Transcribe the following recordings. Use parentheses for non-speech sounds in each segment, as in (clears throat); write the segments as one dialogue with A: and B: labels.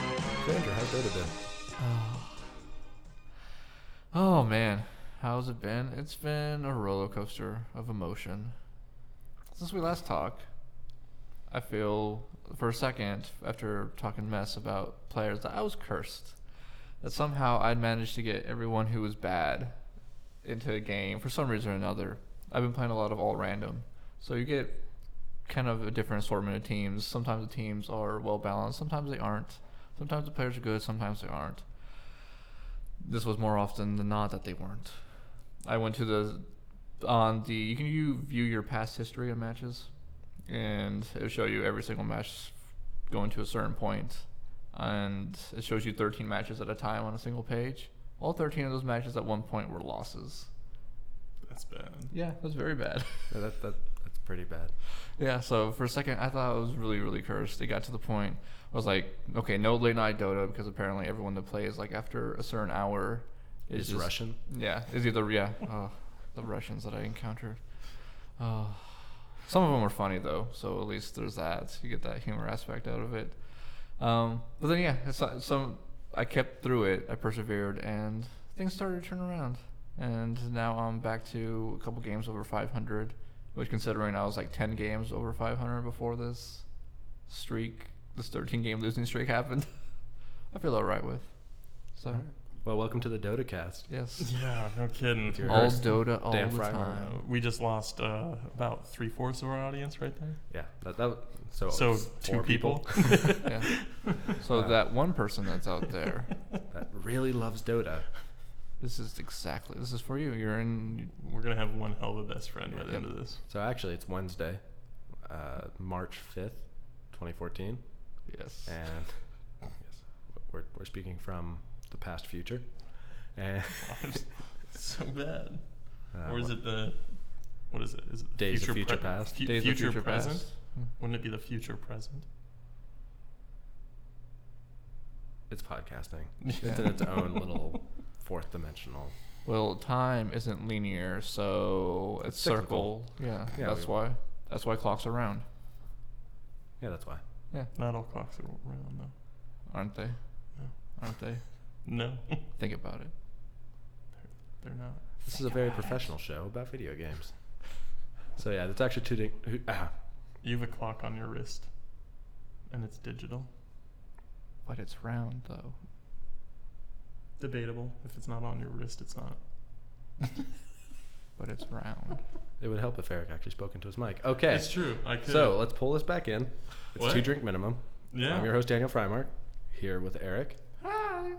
A: Andrew, how's Dota been?
B: Oh man, how's it been? It's been a roller coaster of emotion. Since we last talked, I feel for a second after talking mess about players that I was cursed. That somehow I'd managed to get everyone who was bad into a game for some reason or another. I've been playing a lot of all random. So you get kind of a different assortment of teams. Sometimes the teams are well balanced, sometimes they aren't. Sometimes the players are good, sometimes they aren't this was more often than not that they weren't. I went to the on the you can you view your past history of matches, and it'll show you every single match going to a certain point, and it shows you 13 matches at a time on a single page. All 13 of those matches at one point were losses.
C: That's bad.
B: Yeah, that's very bad. (laughs)
A: Yeah, that, that, that's pretty bad.
B: Yeah, so for a second, I thought I was really, really cursed. It got to the point I was like, okay, no late night Dota because apparently everyone that plays like after a certain hour is
A: It's
B: just-
A: Russian.
B: Yeah, is either yeah, oh, the Russians that I encountered. Oh. Some of them were funny though, so at least there's that. You get that humor aspect out of it. Um, but then yeah, it's not- some I kept through it. I persevered, and things started to turn around. And now I'm back to a couple games over 500, which considering I was like 10 games over 500 before this streak, this 13 game losing streak happened. (laughs) I feel alright with. So
A: Well, welcome to the Dota cast.
B: yes,
C: Yeah, no kidding.
A: Dear.
B: all
A: Cursed.
B: Dota all
A: Damn
B: the
A: Friday.
B: time.
C: Uh, we just lost uh, about three fourths of our audience right there.
A: Yeah, that, that so
C: so
A: it's
C: two
A: four
C: people.
B: (laughs) yeah. (laughs) So
A: Wow.
B: that one person that's out there,
A: (laughs) that really loves Dota.
B: this is exactly this is for you. You're in.
C: We're gonna have one hell of a best friend by the
B: Yep.
C: end of this. (laughs)
A: So actually, it's Wednesday, uh, March fifth, twenty fourteen,
B: Yes.
A: and yes, we're we're speaking from the past future, and
C: so bad.
A: uh,
C: or is
A: what-
C: it the what is it? Is it the
A: Days of Future
C: pre-
A: Past?
C: fu-
B: Days of
C: future,
B: Future
C: present?
B: Past. Mm.
C: Wouldn't it be the future present?
A: It's podcasting.
C: (laughs)
A: It's in its own little fourth dimensional.
B: Well, time isn't linear, so it's,
A: It's cyclical.
B: circle. Yeah,
A: Yeah,
B: That's
A: we-
B: why. That's why clocks are round,
A: Yeah, that's why.
C: Not all clocks are round though.
B: aren't they?
C: No.
B: Aren't they?
C: No, (laughs)
B: Think about it.
C: they're not.
A: This is a very professional show about video games. So yeah, that's actually two. Di- who- ah,
C: You have a clock on your wrist, and it's digital.
B: But it's round though.
C: Debatable. If it's not on your wrist, it's not.
B: But it's round.
A: (laughs) it would help if Eric actually spoke into his mic. Okay.
C: It's true. I could.
A: So let's pull this back in. It's
C: What?
A: two drink minimum.
C: yeah.
A: I'm your host Daniel Freimark, here with Eric
B: Hi.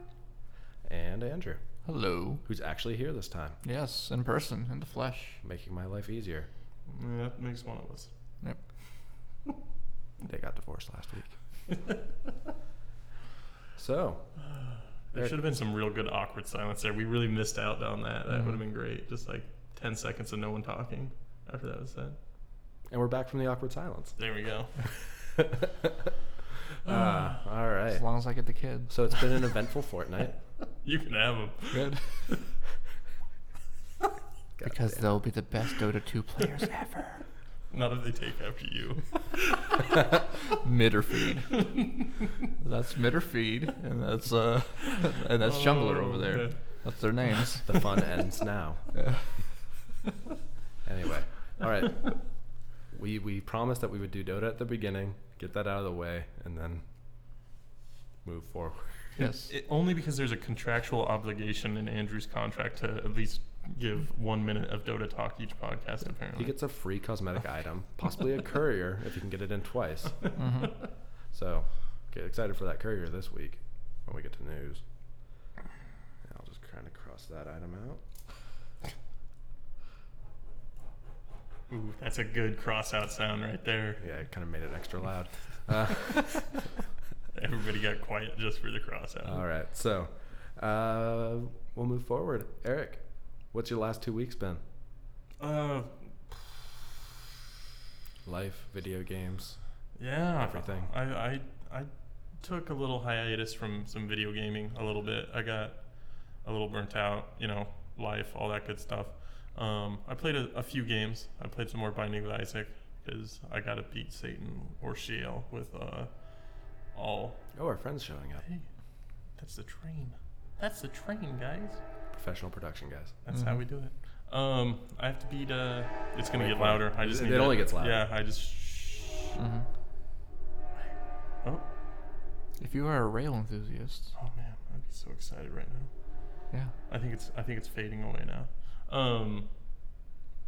A: and Andrew,
B: Hello.
A: who's actually here this time,
B: Yes, in person, in the flesh.
A: making my life easier.
C: Yeah, that makes one of us.
B: Yep.
A: They got divorced last week.
C: (laughs)
A: so
C: There
A: Eric-
C: should have been some real good awkward silence there. We really missed out on that. That
B: Mhm.
C: would have been great. Just like 10 seconds of no one talking after that was said.
A: and we're back from the awkward
C: (laughs)
A: silence. (laughs)
C: There we go.
A: Ah, all right.
B: As long as I get the kids.
A: So it's been an eventful
C: (laughs)
A: fortnight.
C: You can have them.
A: (laughs)
B: Good. because they'll be the best Dota 2 players ever.
C: Not if they take after you.
B: Mitter feed. (laughs) that's Mitter feed, and that's uh, and that's Jungler over
C: Oh,
B: there.
C: yeah.
B: That's their
C: (laughs)
B: names.
A: The fun ends (laughs) now. Anyway, all right. We we promised that we would do Dota at the beginning, get that out of the way, and then move forward.
B: yes.
C: It- only because there's a contractual obligation in Andrew's contract to at least give one minute of Dota talk each podcast, apparently.
A: He gets a free cosmetic item, possibly a courier if you can get it in twice.
B: hmm
A: So get excited for that courier this week when we get to news. And I'll just kind of cross that item out.
C: Ooh, that's a good cross out sound right there.
A: Yeah, it kind of made it extra loud. Uh,
C: Everybody got quiet just for the cross out.
A: all right, so uh, we'll move forward. Eric, what's your last two weeks been?
C: Uh,
A: Life, video games.
C: Yeah,
A: everything.
C: I, I I took a little hiatus from some video gaming a little bit. I got a little burnt out, you know, life, all that good stuff. Um, I played a, a few games. I played some more Binding of Isaac because I got to beat Satan or Sheol with uh, all.
A: Oh, our friend's showing up.
C: Hey, That's the train. That's the train, guys.
A: Professional production guys.
C: That's how
B: Mhm.
C: we do it. Um, I have to beat. Uh, it's
A: Mm-hmm.
C: gonna
A: Wait
C: get
A: for it.
C: louder. I
A: It-
C: just
A: it
C: need
A: only
C: to-
A: gets louder. Mm-hmm.
C: Yeah, I just.
B: hmm
C: Oh,
B: If you are a rail enthusiast,
C: oh man, I'd be so excited right now.
B: yeah.
C: I think it's I think it's fading away now. Um,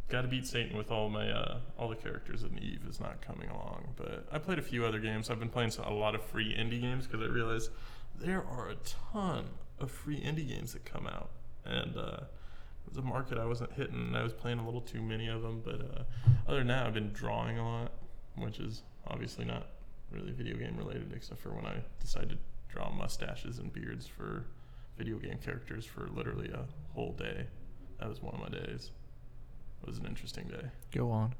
C: got to beat Satan with all my uh, all the characters, and Eve is not coming along. But I played a few other games. I've been playing so- a lot of free indie games because I realized there are a ton of free indie games that come out, and uh, it was a market I wasn't hitting. and I was playing a little too many of them. But uh, other than that, I've been drawing a lot, which is obviously not really video game related, except for when I decided to draw mustaches and beards for video game characters for literally a whole day. That was one of my days. It was an interesting day.
B: Go on.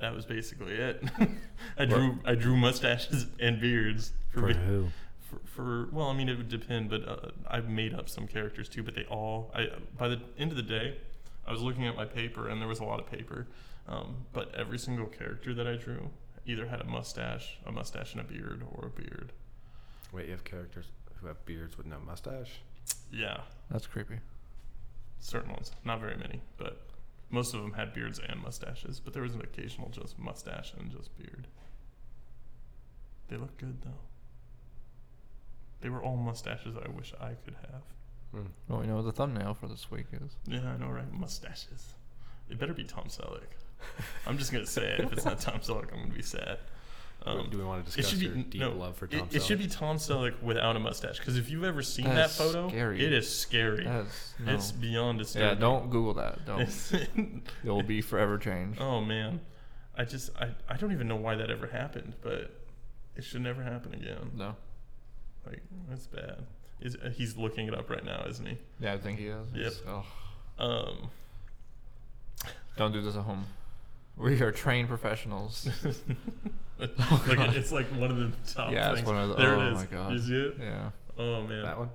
C: That was basically it. (laughs) I
A: What?
C: drew I drew mustaches and beards for vi-
A: who?
C: for, for well, I mean, it would depend, but uh, I've made up some characters too. But they all, I by the end of the day, I was looking at my paper, and there was a lot of paper. Um, but every single character that I drew either had a mustache, a mustache and a beard, or a beard.
A: Wait, you have characters who have beards with no mustache?
C: Yeah,
B: That's creepy.
C: certain ones, not very many, but most of them had beards and mustaches. But there was an occasional just mustache and just beard. They look good though. They were all mustaches I wish I could have.
A: Hmm.
B: Well, we know what the thumbnail for this week is.
C: Yeah, I know, right? Mustaches. It better be Tom Selleck. (laughs) I'm just gonna say it. If it's not Tom Selleck, I'm gonna be sad. Um,
A: Do we want to
C: it
A: discuss
C: should be
A: your deep
C: no.
A: love for
C: it,
A: Tom
C: it should
A: Selleck?
C: be Tom Selleck without a mustache. Because if you've ever seen
B: That
C: that
B: is
C: photo,
B: scary.
C: it is scary.
B: That's no.
C: It's beyond
B: yeah,
C: disturbing.
B: don't Google that. Don't.
C: It's- (laughs)
B: it will be forever changed.
C: oh man, I just I, I don't even know why that ever happened, but it should never happen again.
B: No.
C: Like that's bad. Is uh, he's looking it up right now, isn't he?
B: Yeah, I think he is.
C: Yep.
B: It's- ugh.
C: Um,
B: Don't do this at home. We are trained professionals.
C: (laughs)
B: (laughs)
C: like
B: Oh, God.
C: it's like one of the top
B: yeah,
C: things.
B: it's one of the.
C: there
B: oh
C: it is.
B: my god.
C: You see it?
B: Yeah.
C: Oh man.
A: That one?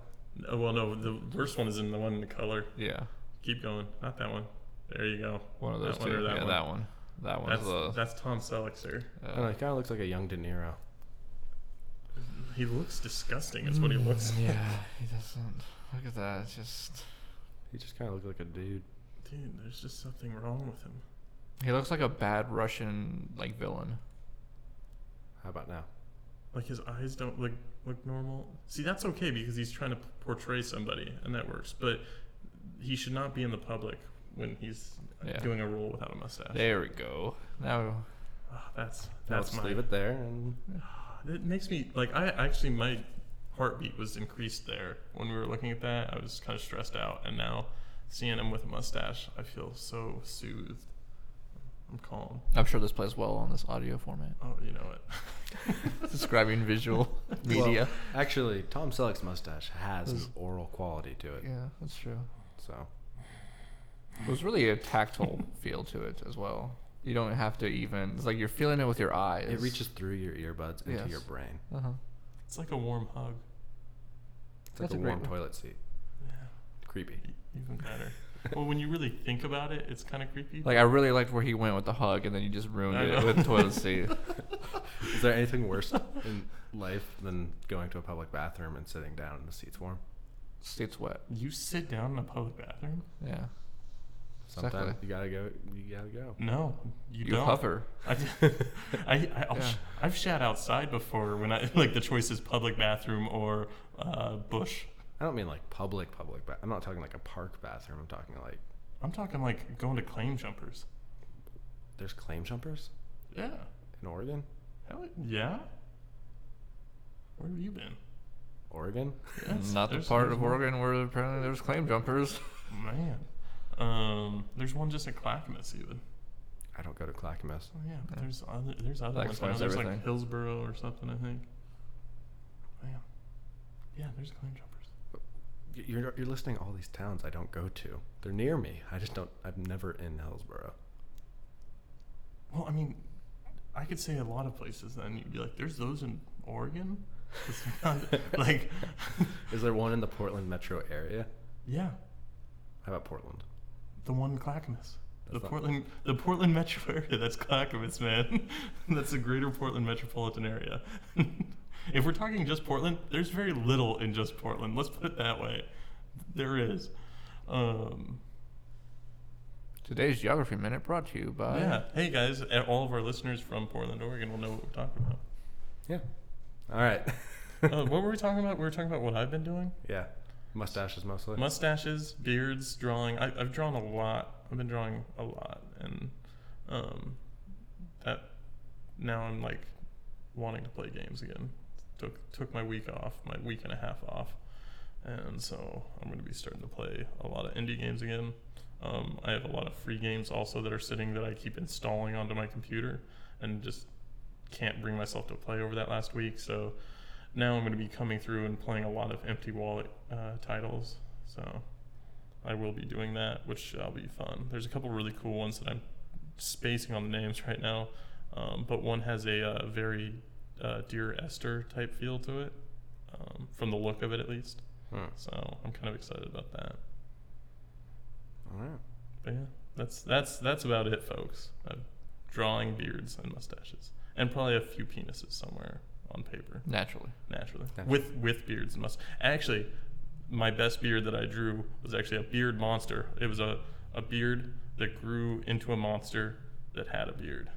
C: Oh, well, no, the worst one is in the one in the color.
B: Yeah.
C: Keep going. Not that one. There you go.
B: One of
C: That
B: those
C: one
B: two.
C: or that
B: yeah,
C: one?
B: that one. That one's
C: That's
B: the.
C: that's Tom Selleck, sir.
A: I don't know,
B: Uh,
A: he kind of looks like a young De Niro.
C: He looks disgusting. Is what he looks.
B: mm, yeah, he doesn't. Look at that. It's just.
A: He just kind of looks like a dude.
C: Dude, there's just something wrong with him.
B: He looks like a bad Russian like villain.
A: How about now?
C: Like his eyes don't look look normal. See, that's okay because he's trying to p- portray somebody, and that works. But he should not be in the public when he's
B: Yeah.
C: doing a role without a mustache.
B: There we go. Now,
C: Ah, that's
A: Now
C: that's
A: let's
C: my.
A: leave it there. And
C: It makes me like I actually my heartbeat was increased there when we were looking at that. I was kind of stressed out, and now seeing him with a mustache, I feel so soothed. I'm calm.
B: I'm sure this plays well on this audio
C: (laughs)
B: format.
C: Oh, you know it.
B: Describing visual
C: (laughs)
B: media.
A: actually, Tom Selleck's mustache has
B: Those-
A: an oral quality to it.
B: yeah, that's true.
A: So
B: It was really a tactile feel to it as well. You don't have to even. It's like you're feeling it with your eyes.
A: it reaches through your earbuds into
B: Yes.
A: your brain.
B: Uh huh.
C: It's like a warm hug.
A: It's
B: That's a
A: like a
B: great
A: warm
B: one.
A: toilet seat.
C: Yeah,
A: Creepy.
C: e- even better. well, when you really think about it, it's kind of creepy.
B: Like I really liked where he went with the hug, and then you just ruined
C: I
B: it
C: know. (laughs)
B: with toilet seat.
A: Is there anything worse in life than going to a public bathroom and sitting down and the seat's warm?
B: Seat's wet.
C: you sit down in a public bathroom?
B: Yeah.
A: Sometimes
B: Exactly.
A: you gotta go. You gotta go.
C: No, you,
B: You
C: don't.
B: hover.
C: I,
A: (laughs)
C: I, I I'll sh- I've shat outside before when I (laughs) like the choice is public bathroom or uh, bush.
A: I don't mean like public, public. But I'm not talking like a park bathroom. I'm talking like
C: I'm talking like going to claim jumpers.
A: there's claim jumpers
C: Yeah.
A: in Oregon.
C: Hell yeah. Where have you been?
A: Oregon.
C: Yes,
B: Not the
C: there's-
B: part
C: there's
B: of
C: one.
B: Oregon where apparently there's claim jumpers.
C: Man. Um, there's one just at Clackamas even.
A: I don't go to Clackamas.
C: Oh yeah, but
B: Yeah.
C: there's other there's other
B: That
C: ones. I know
B: explains
C: There's like
B: everything.
C: Hillsboro or something, I think. Man. Yeah, there's claim jumpers.
A: Y- You're you're listing all these towns I don't go to. They're near me. I just don't. I'm never in Hillsboro.
C: Well, I mean, I could say a lot of places then. You'd be like, there's those in Oregon? It's (laughs) not- like,
A: Is there one in the Portland metro area?
C: yeah,
A: How about Portland?
C: the one in Clackamas.
A: That's
C: The
A: not-
C: Portland, the Portland (laughs) metro area. (laughs) That's Clackamas, man. that's the greater Portland metropolitan area. If we're talking just Portland, there's very little in just Portland. Let's put it that way. There is. Um,
B: Today's geography minute brought to you by.
C: yeah. Hey guys, and all of our listeners from Portland, Oregon will know what we're talking about.
A: Yeah. All right.
C: uh, what were we talking about? We were talking about what I've been doing.
A: (laughs) yeah. Mustaches mostly.
C: Mustaches, beards, drawing. I, I've drawn a lot. I've been drawing a lot, and um, that now I'm like wanting to play games again. Took took my week off, my week and a half off, and so I'm going to be starting to play a lot of indie games again. Um, I have a lot of free games also that are sitting that I keep installing onto my computer, and just can't bring myself to play over that last week. So now I'm going to be coming through and playing a lot of empty wallet uh, titles. So I will be doing that, which shall be fun. There's a couple really cool ones that I'm spacing on the names (laughs) right now, um, but one has a uh, very uh, Dear Esther type feel to it, um, from the look of it at least.
A: Hmm.
C: So I'm kind of excited about that.
A: All right.
C: But yeah, that's that's that's about it, folks. i drawing beards and mustaches, and probably a few penises somewhere on paper.
B: Naturally.
C: naturally
A: Naturally.
C: with with beards and must actually my best beard that i drew was actually a beard monster it was a, a beard that grew into a monster that had a beard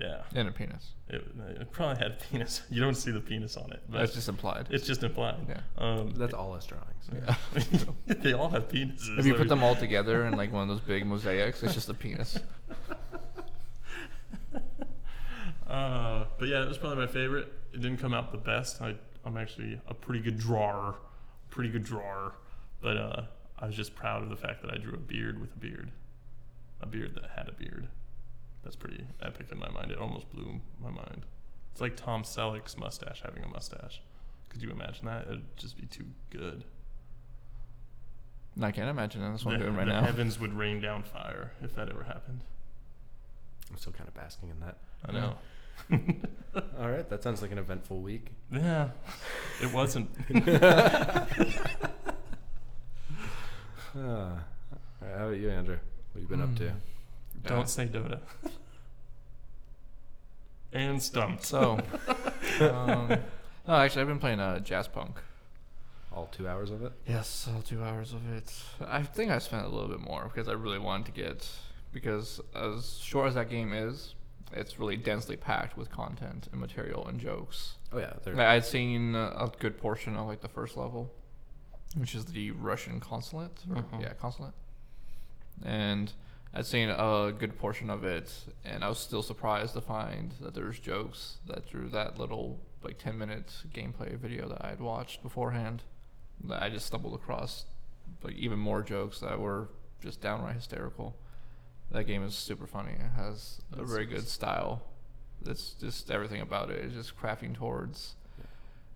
C: yeah
B: And a penis.
C: it, it probably had a penis (laughs) you don't see the penis on it but
B: That's just implied.
C: it's just implied
B: Yeah.
C: um,
A: That's all his drawings.
B: yeah.
C: (laughs) they all have penises
B: if you
C: I
B: put
C: mean-
B: them all together in like one of those big mosaics, it's just a penis.
C: Uh, but yeah, it was probably my favorite. It didn't come out the best. I, I'm actually a pretty good drawer, pretty good drawer. But uh, I was just proud of the fact that I drew a beard with a beard, a beard that had a beard. That's pretty epic in my mind. It almost blew my mind. It's like Tom Selleck's mustache having a mustache. Could you imagine that? It'd just be too good.
B: And I can't imagine it. That's what I'm
C: the
B: doing right
C: the
B: now.
C: heavens would rain down fire if that ever happened.
A: I'm still kind of basking in that.
C: I
B: Yeah.
C: know. (laughs)
A: All right. That sounds like an eventful week.
C: Yeah, it wasn't.
A: Uh, all right, how about you, Andrew? What you been up to?
C: Don't say Dota. and stumped.
B: (laughs) So, um, no, actually, I've been playing uh, jazz punk.
A: All two hours of it?
B: Yes, all two hours of it. I think I spent a little bit more because I really wanted to get because as short as that game is, it's really densely packed with content and material and jokes.
A: Oh, yeah. They're,
B: Like, I'd seen uh, a good portion of like the first level, which is the Russian consulate. or-
C: Mhm.
B: Yeah, consulate. And I'd seen a good portion of it, and I was still surprised to find that there's jokes that through that little like ten minute gameplay video that I'd watched beforehand, that I just stumbled across like even more jokes that were just downright hysterical. That game is super funny. It has a
C: That's
B: very good style. It's just everything about it is just crafting towards,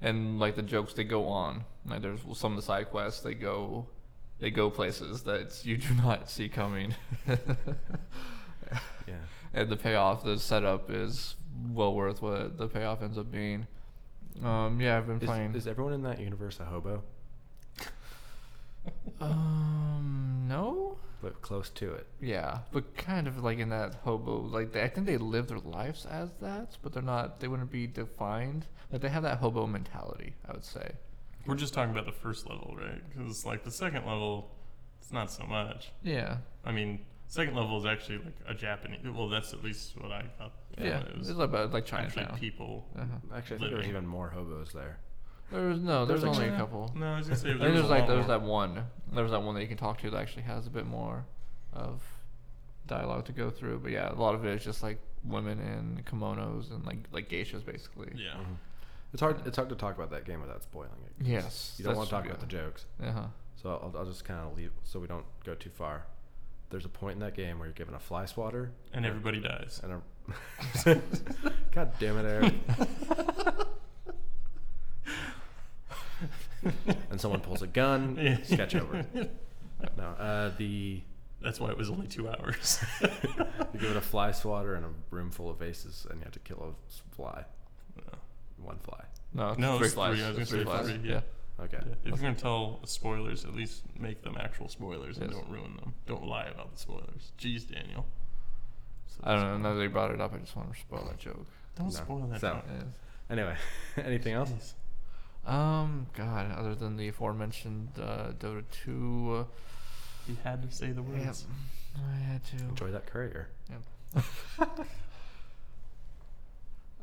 B: and like the jokes they go on. Like there's some of the side quests they go, they go places that you do (laughs) not see coming, (laughs)
A: yeah.
B: and the payoff, the setup is well worth what the payoff ends up being. Um, yeah, I've been playing.
A: Is, is everyone in that universe a hobo?
B: um, no.
A: But close to it.
B: Yeah, but kind of like in that hobo, like they, I think they live their lives as that, but they're not. They wouldn't be defined. Like they have that hobo mentality, I would say.
C: We're just talking about the first level, right? Because like the second level, it's not so much.
B: Yeah,
C: I mean, second level is actually like a Japanese. Well, that's at least what I got. from
B: yeah.
C: it. It
B: It's
C: was
B: about like
C: actually
B: Chinatown.
C: people.
B: Uh-huh.
A: Actually, I think there was
C: Living.
A: even more hobos there.
B: There was no. There's,
A: There's, like,
B: only a
C: Yeah.
B: couple.
C: No, I was
B: (laughs)
C: gonna say
B: I
C: there
B: think
C: was
B: there's
C: a
B: like
C: lot
B: there's
C: more.
B: that one. There's that one that you can talk to that actually has a bit more of dialogue to go through. But yeah, a lot of it is just like women in kimonos and like like geishas basically.
C: Yeah.
A: Mm-hmm. It's hard. It's hard to talk about that game without spoiling it.
B: Yes.
A: You don't want to talk about the jokes,
B: Uh huh.
A: so I'll, I'll just kind of leave so we don't go too far. There's a point in that game where you're given a fly swatter
C: And everybody dies.
A: and a. (laughs) God damn it, Eric! and someone pulls a gun.
C: Yeah.
A: Sketch over. No, uh, the
C: (laughs) That's why it was only
B: (laughs)
C: two hours.
A: you
C: (laughs)
A: give it a fly swatter and a room full of vases, and you have to kill a s- fly, one fly.
B: No, it's
C: No,
B: three
C: it's three. I
B: flies.
C: was
B: It's
C: gonna
B: three
C: say
B: flies.
C: three, yeah.
B: yeah.
A: Okay.
C: Yeah, If you're gonna tell spoilers, at least make them actual spoilers and
B: Yes.
C: don't ruin them. Don't lie about the spoilers. Jeez, Daniel. So
B: I don't
C: that's-
B: know. Now that you brought it up, I just want to spoil that joke.
C: Don't
A: No.
C: spoil that.
A: So-
C: joke.
B: Yeah.
A: Anyway, (laughs) anything else?
C: Jeez.
B: Um, God, other than the aforementioned uh, Dota 2,
C: You had to say the
B: uh, yep,
C: words.
B: I had to.
A: Enjoy that courier.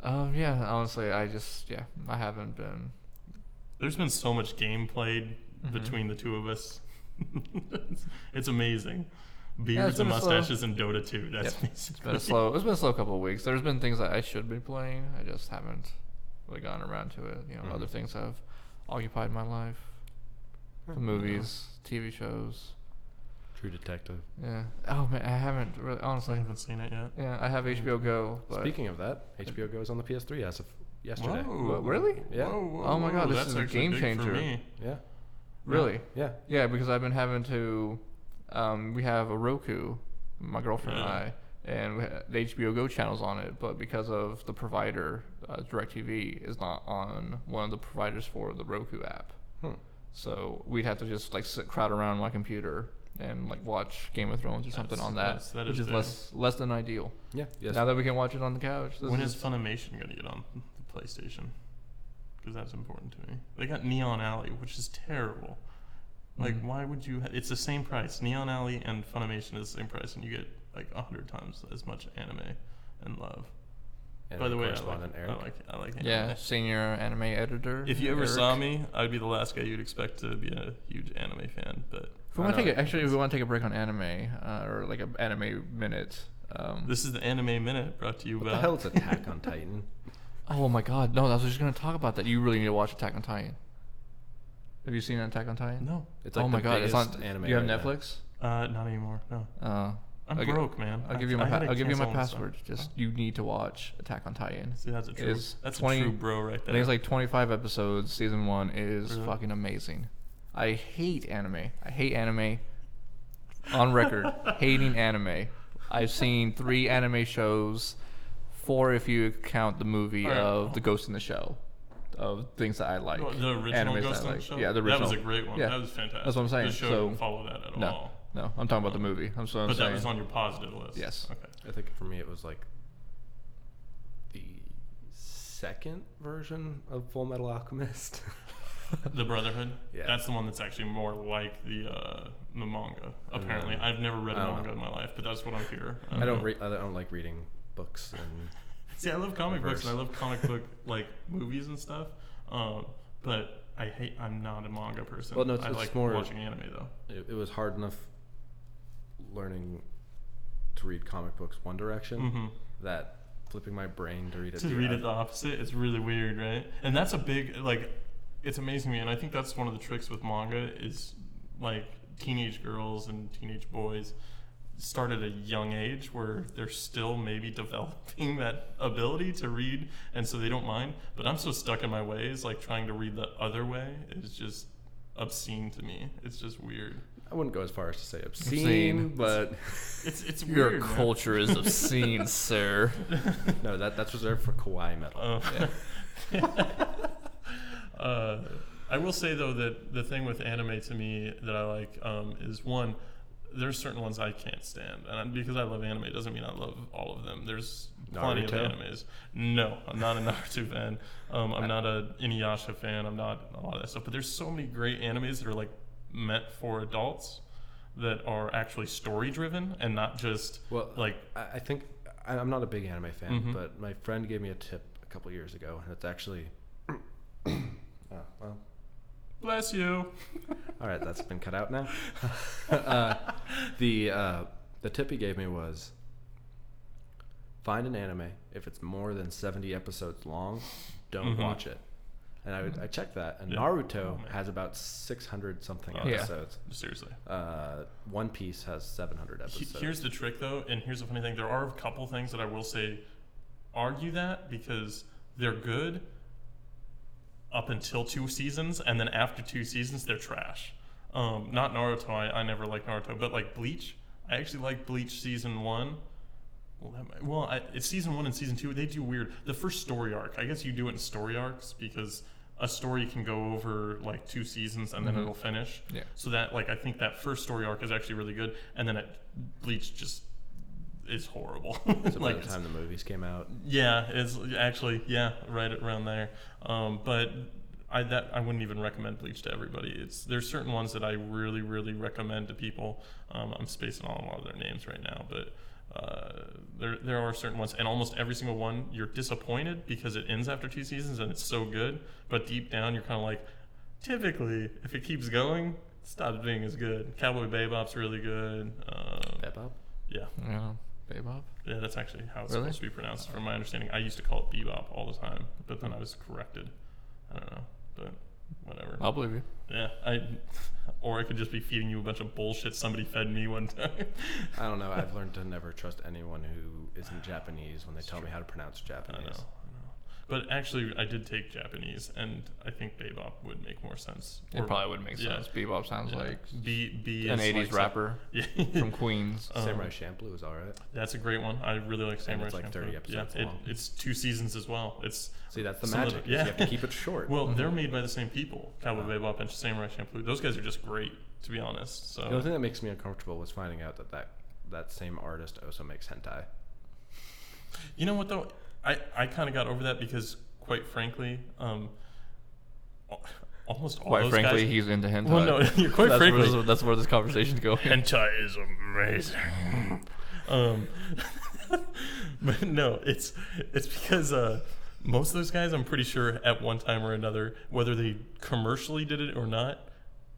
B: Um, yeah, honestly, I just, yeah, I haven't been.
C: There's been so much game played
B: Mhm.
C: between the two of us. (laughs) it's, it's amazing.
B: Yeah,
C: Beards
B: it's
C: and
B: been a slow-
C: mustaches and Dota 2. That's
B: Yep.
C: basically.
B: It's
C: (laughs)
A: (laughs)
B: been a slow. It's been a slow couple of weeks. There's been things that I should be playing. I just haven't really gotten around to it. You know,
A: Mhm.
B: other things have occupied my life.
A: Mm-hmm.
B: The movies, TV shows.
A: Oh, True Detective.
B: Yeah. Oh man, I haven't really.
C: I
B: Honestly,
C: haven't seen it yet.
B: yeah, I have HBO Go, but
A: Speaking of that, HBO goes on the PS3 as of yesterday.
B: Whoa, really?
A: Yeah.
C: Whoa, whoa,
B: Oh my God,
C: whoa,
B: this
C: that's
B: is a
C: actually
B: game
C: big
B: changer.
C: For me.
A: Yeah,
B: really,
A: yeah.
B: yeah, because I've been having to. Um, we have a Roku, my girlfriend
C: Yeah.
B: and I, and we ha- the HBO Go channels on it, but because of the provider, uh, DirecTV is not on one of the providers for the Roku app.
A: Hmm.
B: So we'd have to just like sit, crowd around my computer and like watch Game of Thrones or something
C: That's-
B: on that,
C: that's- that
B: which is
C: is fair.
B: less less than ideal.
A: Yeah. Yes.
B: Now that we can watch it on the couch, this
C: When
B: is,
C: is Funimation going to get on the PlayStation? Because that's important to me. They got Neon Alley, which is terrible. Like,
B: Mhm.
A: Mm-hmm.
C: why would you? Ha- it's the same price. Neon Alley and Funimation is the same price, and you get like a hundred times as much anime and love.
A: And
C: By the way, I like,
A: correspondent
C: I
A: Eric.
C: like, I like anime.
B: yeah, senior anime editor.
C: If you ever
B: Eric.
C: saw me, I'd be the last guy you'd expect to be a huge anime fan. But
B: If we
C: I
B: want to
C: know
B: take a, actually, if we want to take a break on anime uh, or like an anime minute. Um,
C: This is the Anime Minute brought to you
A: what
C: by.
A: the hell is Attack
C: (laughs)
A: on Titan?
B: oh my god, no! I was just gonna talk about that. You really need to watch Attack on Titan. Have you seen Attack on Titan?
C: No,
A: It's like
B: oh my
A: the
B: god, it's
A: biggest
B: on.
A: anime.
B: do you have
A: right now.
B: Netflix?
C: uh, not anymore. No,
B: Uh,
C: I'm
B: I'll gi-
C: broke, man.
B: I'll
C: I-
B: give you my.
C: I
B: pa-
C: gotta
B: I'll give you my
C: cancel and stuff.
B: password. Just you need to watch Attack on Titan.
C: See, that's a true.
B: is
C: that's
B: 20
C: a true bro right
B: I
C: there.
B: think it's like 25 episodes. Season one is
C: Really?
B: fucking amazing. I hate anime. I hate anime. On
C: (laughs)
B: record, hating anime. I've seen three anime shows, four if you count the movie
C: Alright.
B: of The Ghost in the Shell, of things that I like.
C: Well, the original
B: animes that
C: Ghost
B: I
C: in the
B: like.
C: Shell.
B: Yeah, the
C: That
B: original.
C: was a great one.
B: Yeah.
C: That was fantastic.
B: That's what I'm saying.
C: The show
B: So-
C: didn't follow that at
B: No,
C: all.
B: no, I'm talking about the movie. I'm so. I'm
C: Uh-huh. But
B: saying.
C: that was on your positive list.
B: Yes.
C: Okay.
A: I think for me it was like the second version of Full Metal Alchemist. (laughs)
B: (laughs)
C: The Brotherhood.
A: Yeah.
C: That's the one that's actually more like the uh, the manga. Apparently,
B: Mm.
A: know.
C: I've never read a
A: I don't
C: manga
A: know.
C: in my life, but that's what I'm here. Um,
A: I don't read. I don't like reading books and
C: See, I love comic books and I
A: Reverse.
C: love
B: (laughs)
C: comic book like movies and stuff. Um, but I hate. I'm not a manga person.
A: Well, no, it's-
C: I
A: it's
C: like
A: more-
C: watching anime though.
A: it, it was hard enough learning to read comic books one direction
B: Mm-hmm.
C: hmm
A: that flipping my brain to read it
C: to
A: the
C: read
A: oth-
C: it the opposite it's really weird right and that's a big like it's amazing to me and i think that's one of the tricks with manga is like teenage girls and teenage boys start at a young age where they're still maybe (laughs) developing that ability to read and so they don't mind but i'm so stuck in my ways like trying to read the other way is just obscene to me it's just weird
A: I wouldn't go as far as to say obscene,
B: Obscene.
A: but (laughs)
C: it's it's
B: Your
C: weird, man.
B: culture is
C: (laughs)
B: obscene, sir.
A: no, that that's reserved for kawaii metal.
C: Uh, (laughs) uh, I will say though that the thing with anime to me that I like um, is one. There's certain ones I can't stand, and I- because I love anime doesn't mean I love all of them. There's plenty of
A: Naruto?
C: animes. No, I'm not a (laughs) Naruto fan. Um, I'm not a Inuyasha fan. I'm not a lot of that stuff. But there's so many great animes that are like meant for adults that are actually story driven and not just
A: well,
C: like
A: I, I think I, I'm not a big anime fan,
C: Mhm.
A: but my friend gave me a tip a couple years ago, and it's actually. (coughs) oh, well,
C: bless you.
A: all right, that's been cut out now. (laughs) uh, the uh, the tip he gave me was find an anime if it's more than 70 episodes long, don't
C: Mhm.
A: watch it. And I, would, I checked that, and
C: Yeah.
A: Naruto
C: Oh, man.
A: has about 600 something
C: Oh, yeah.
A: episodes.
C: Seriously.
A: Uh, One Piece has 700
C: He-
A: episodes.
C: Here's the trick, though, and here's the funny thing: there are a couple things that I will say argue that because they're good up until two seasons, and then after two seasons, they're trash. Um, not Naruto. I, I never liked Naruto, but like Bleach, I actually like Bleach season one. Well, that might- well I, it's season one and season two. They do weird. The first story arc, I guess you do it in story arcs because a story can go over like two seasons and then
B: Mhm.
C: it'll finish.
B: Yeah.
C: So that like I think that first story arc is actually really good, and then it Bleach just it's horrible. (laughs)
A: So by
C: like
A: the
C: it's-
A: time the movies came out,
C: yeah, it's actually yeah, right around there. Um, but I that I wouldn't even recommend Bleach to everybody. It's there's certain ones that I really really recommend to people. Um, I'm spacing on a lot of their names right now, but. Uh, there, there are certain ones, and almost every single one, you're disappointed because it ends after two seasons and it's so good. But deep down, you're kind of like, typically, if it keeps going, it stops being as good. Cowboy Bebop's really good. Um,
A: Bebop.
C: yeah,
B: Yeah, Bebop.
C: yeah, that's actually how it's
B: Really?
C: supposed to be pronounced, from my understanding. I used to call it bebop all the time, but then I was corrected. I don't know, but whatever.
B: I'll believe you.
C: Yeah, I, or I could just be feeding you a bunch of bullshit somebody fed me one time. (laughs)
A: I don't know. I've learned to never trust anyone who isn't Japanese when they tell me how to pronounce
C: I know, I
A: Japanese.
C: know. But actually, I did take Japanese, and I think bebop would make more sense.
B: It probably would make
C: yeah.
B: sense. Bebop sounds
C: yeah.
B: like
C: B, B
B: an
C: is
B: '80s
C: like some-
B: rapper
C: (laughs) Yeah.
B: from Queens.
C: Um,
A: Samurai Champloo is all right.
C: That's a great one. I really like Samurai
A: it's like
C: Champloo.
A: 30 episodes
C: yeah, it-
A: long.
C: it's two seasons as well. It's
A: See, that's the
C: some of the-
A: magic. is You have to
C: yeah.
A: keep it short. Mm-hmm.
C: Well, they're made by the same people, Cowboy Bebop and Samurai Champloo. Those guys are just great, to be honest. So
A: the only thing that makes me uncomfortable was finding out that that, that same artist also makes hentai.
C: you know what though, I I kind of got over that because, quite frankly, um, al- almost all
B: Quite
C: those
B: frankly,
C: guys.
B: he's into hentai.
C: well, no, (laughs) you're
B: (laughs)
C: quite
B: that's,
C: frankly,
B: where this, that's where this conversation's going. (laughs)
C: hentai is amazing. um, (laughs) but no, it's it's because uh, most of those guys, I'm pretty sure, at one time or another, whether they commercially did it or not,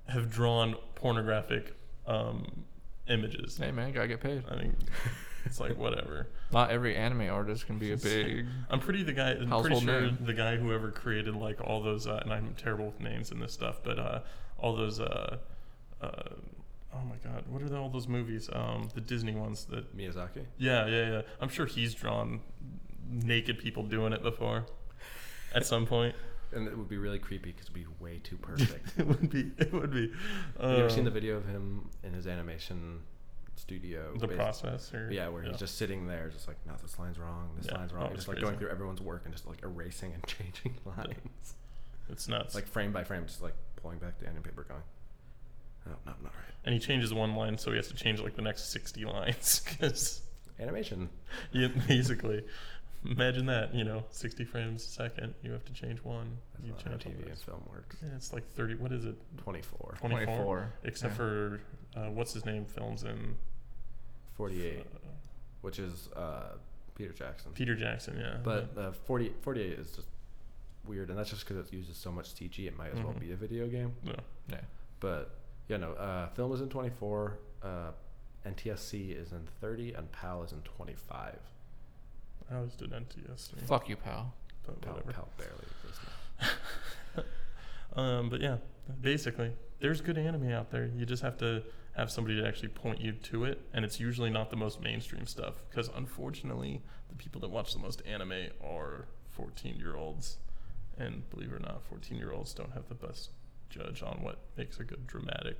C: have drawn pornographic um, images.
B: Hey man, gotta get paid.
C: I mean, (laughs) it's like whatever.
B: Not every anime artist can be a big.
C: I'm pretty the guy. I'm pretty
B: Household
C: sure
B: name.
C: the guy who ever created like all those, uh, and I'm terrible with names and this stuff, but uh, all those. Uh, uh, oh my God, what are the, all those movies? Um, the Disney ones
A: (laughs)
C: that.
A: Miyazaki?
C: Yeah, yeah, yeah. I'm sure he's drawn naked people doing it before. At some point,
A: And it would be really creepy because it would be way too (laughs)
C: (laughs)
A: perfect.
C: it would be. It would be.
A: Have you ever seen
C: um,
A: the video of him in his animation studio?
C: The
A: bas-
C: process, or
A: Yeah, where he's just sitting there, just like, no, this line's wrong, this
C: Yeah.
A: line's
C: Oh,
A: wrong.
C: it's
A: just like going
C: crazy.
A: through everyone's work and just like erasing and (laughs) changing lines.
C: it's nuts.
A: like frame by frame, just like pulling back the ending paper, going, no, Oh, no, not right.
C: and he changes one line, so he has to change like the next sixty lines (laughs) because.
A: Animation.
C: (laughs) Yeah, basically. Imagine that, you know, 60 frames a second. You have to change one.
A: That's
C: you
A: not how
C: change all
A: TV and
C: those.
A: film works.
C: Yeah, it's like 30. What is it?
A: 24,
C: 24? Except
B: Yeah.
C: for, uh, what's his name? Films in.
A: 48,
C: uh,
A: which is uh, Peter Jackson.
C: Peter Jackson, yeah.
A: But uh, 40, 48 is just weird, and that's just because it uses so much CG, it might as well
C: Mhm.
A: be a video game.
C: Yeah.
B: Yeah.
A: But, you know, uh, film is in 24, uh, NTSC is in 30, and PAL is in 25.
C: I always did NTS. to me,
B: Fuck you, pal.
C: But
A: PAL,
C: whatever.
A: PAL barely exists now.
C: Um, but yeah, basically, there's good anime out there. You just have to have somebody to actually point you to it, and it's usually not the most mainstream stuff because unfortunately, the people that watch the most anime are 14 year olds, and believe it or not, 14 year olds don't have the best judge on what makes a good dramatic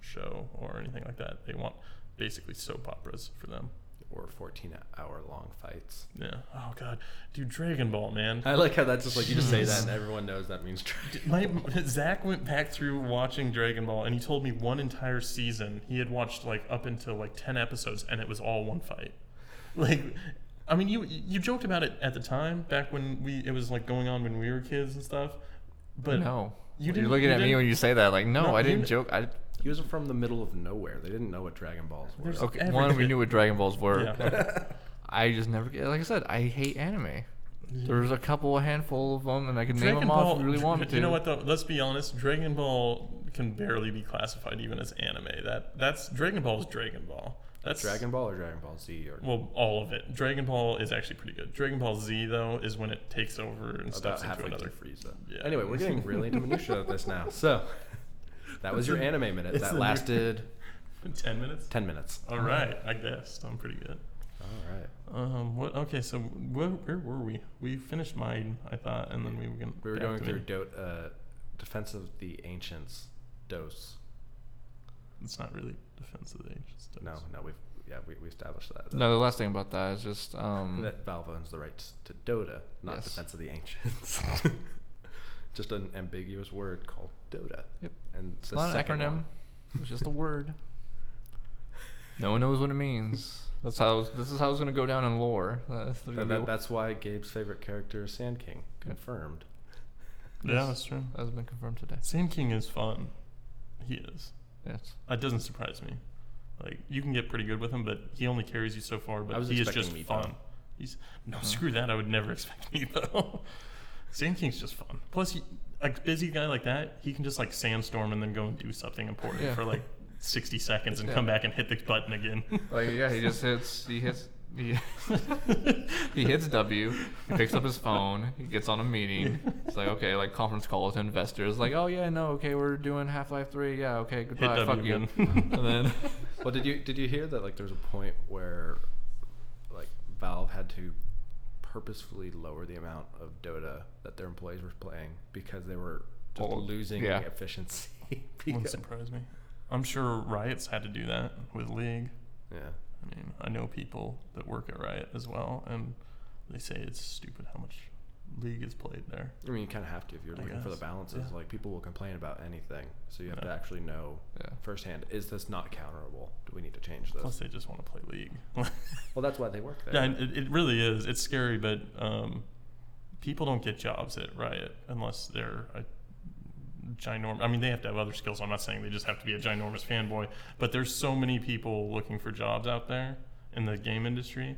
C: show or anything like that. They want basically soap operas for them.
A: Or 14 hour long fights.
C: Yeah. Oh God, dude, Dragon Ball, man.
A: I like how that's just like you just say that,
C: Jeez. (laughs)
A: and everyone knows that means
C: D- My (laughs) Zach went back through watching Dragon Ball, and he told me one entire season he had watched like up until like ten episodes, and it was all one fight. (laughs) Like, I mean, you you joked about it at the time back when we it was like going on when we were kids and stuff, but
B: no.
C: you
B: You are
C: didn't-
B: looking
C: you
B: at me
C: didn't-
B: when you say that. Like, no,
C: No,
B: I
C: you
B: didn't
C: didn't-
B: joke. I
A: He was from the middle of nowhere. They didn't know what Dragon Balls were.
C: There's-
B: okay. (laughs)
C: every-
B: One, we knew what Dragon Balls were.
C: yeah,
B: (laughs) I just never. get- Like I said, I hate anime. There's a couple, a handful of them, and I can name them off if you really want me
C: but
B: to.
C: (laughs) You know what though? Let's be honest. Dragon Ball can barely be classified even as anime. That that's Dragon Ball is Dragon Ball. That's
A: Dragon Ball or Dragon Ball Z or
C: Well, all of it. Dragon Ball is actually pretty good. Dragon Ball Z though is when it takes over and
A: about
C: steps into
A: halfway through
C: another.
A: Frieza.
C: Yeah.
A: Anyway, we're getting really into minutia of this now. So (laughs) that was your anime minute.
C: it's a
A: That
C: new-
A: lasted
C: Ten minutes.
A: ten minutes.
C: All right, I guessed. I'm pretty good.
A: All right.
C: Um, what? Okay, so where, where were we? We finished mine, I thought, and then we were going.
A: We were going through Do- uh, Defense of the Ancients. Dose.
C: It's not really defense of the ancients.
A: No, no, we've yeah, we, we established that.
B: No, the last thing about that is just um,
A: that Valve owns the rights to Dota, not
B: Yes.
A: Defense of the
B: (laughs)
A: Ancients. Just an ambiguous word called Dota.
B: Yep.
A: And
B: it's not an
A: second
B: acronym.
A: one.
B: It's just a word. (laughs) No one knows what it means. That's how this is how it's gonna go down in lore. That's, the
A: That-
B: reveal.
A: that- that's why Gabe's favorite character is Sand King. Confirmed.
C: Yeah, that's true.
B: That has been confirmed today.
C: Sand King is fun. He is.
B: Yes.
C: It doesn't surprise me. Like you can get pretty good with him, but he only carries you so far.
A: I
C: But
A: was
C: he is
A: expecting
C: just
A: meat,
C: fun.
A: though.
C: He's no
B: Hmm.
C: screw that. I would never (laughs) expect me though. Sand King's just fun. Plus, he, a busy guy like that, he can just like sandstorm and then go and do something important
B: Yeah.
C: for like sixty seconds and
B: Yeah.
C: come back and hit the button again.
B: (laughs) Like yeah, he just hits. He
C: (laughs)
B: hits. He, (laughs) he (laughs) hits W. He picks up his phone. He gets on a meeting. It's like okay, like conference call with investors. Like oh yeah, no, okay, we're doing Half Life Three. Yeah, okay,
C: hit
B: goodbye. Fuck
C: W
B: you. (laughs)
C: again.
B: And (laughs) then
A: (laughs) Well, did you did you hear that? Like, there's a point where, like, Valve had to purposefully lower the amount of Dota that their employees were playing because they were just
B: Old.
A: losing
B: Yeah.
A: efficiency. (laughs)
C: Wouldn't
A: because-
C: surprise me. I'm sure Riot's had to do that with League.
A: yeah.
C: I mean, I know people that work at Riot as well, and they say it's stupid how much League is played there.
A: I mean, you kind of have to if you're
C: I
A: looking for the
C: guess,
A: balances.
C: yeah.
A: Like, people will complain about anything, so you have to
C: Yeah.
A: actually know
B: yeah,
A: firsthand: is this not counterable? Do we need to change this?
C: Plus, they just want to play League.
A: well, that's why they work there.
C: yeah, and it, it really is. It's scary, but um, people don't get jobs at Riot unless they're a ginormous. I mean, they have to have other skills. I'm not saying they just have to be a ginormous fanboy, but there's so many people looking for jobs out there in the game industry.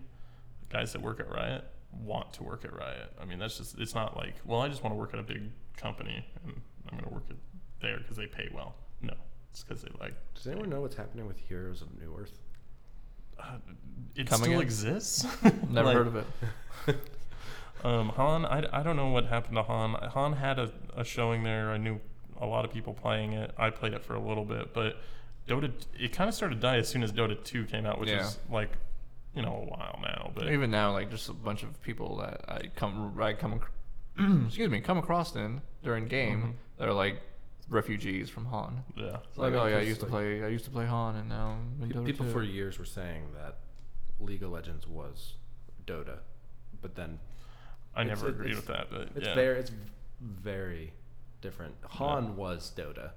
C: Guys that work at Riot want to work at Riot. I mean, that's just. It's not like, well, I just want to work at a big company and I'm going to work at there because they pay well. No, it's because they like.
A: Does anyone know what's happening with Heroes of New Earth?
C: Uh, it
B: Come
C: still
B: again?
C: exists. (laughs)
B: never
C: Like,
B: heard of it.
C: (laughs) Um, Han, I, I don't know what happened to Han. Han had a, a showing there. I knew a lot of people playing it. I played it for a little bit, but Dota, it kind of started to die as soon as Dota 2 came out, which
B: Yeah.
C: is like, you know, a while now. But
B: Even now, like just a bunch of people that I come I come ac- (clears throat) excuse me come across in during game
C: Mm-hmm.
B: that are like refugees from Han.
C: yeah,
B: It's
A: Like,
B: like, oh yeah, I
A: 'cause,
B: used to
A: like-
B: play. I used to play Han, and now I'm in
A: Pe-
B: Dota
A: People
B: 2.
A: for years were saying that League of Legends was Dota, but then
C: I
A: It's-
C: never
A: it-
C: agreed
A: it's-
C: with that. But
A: it's
C: yeah,
A: very it's very different. Han was Dota.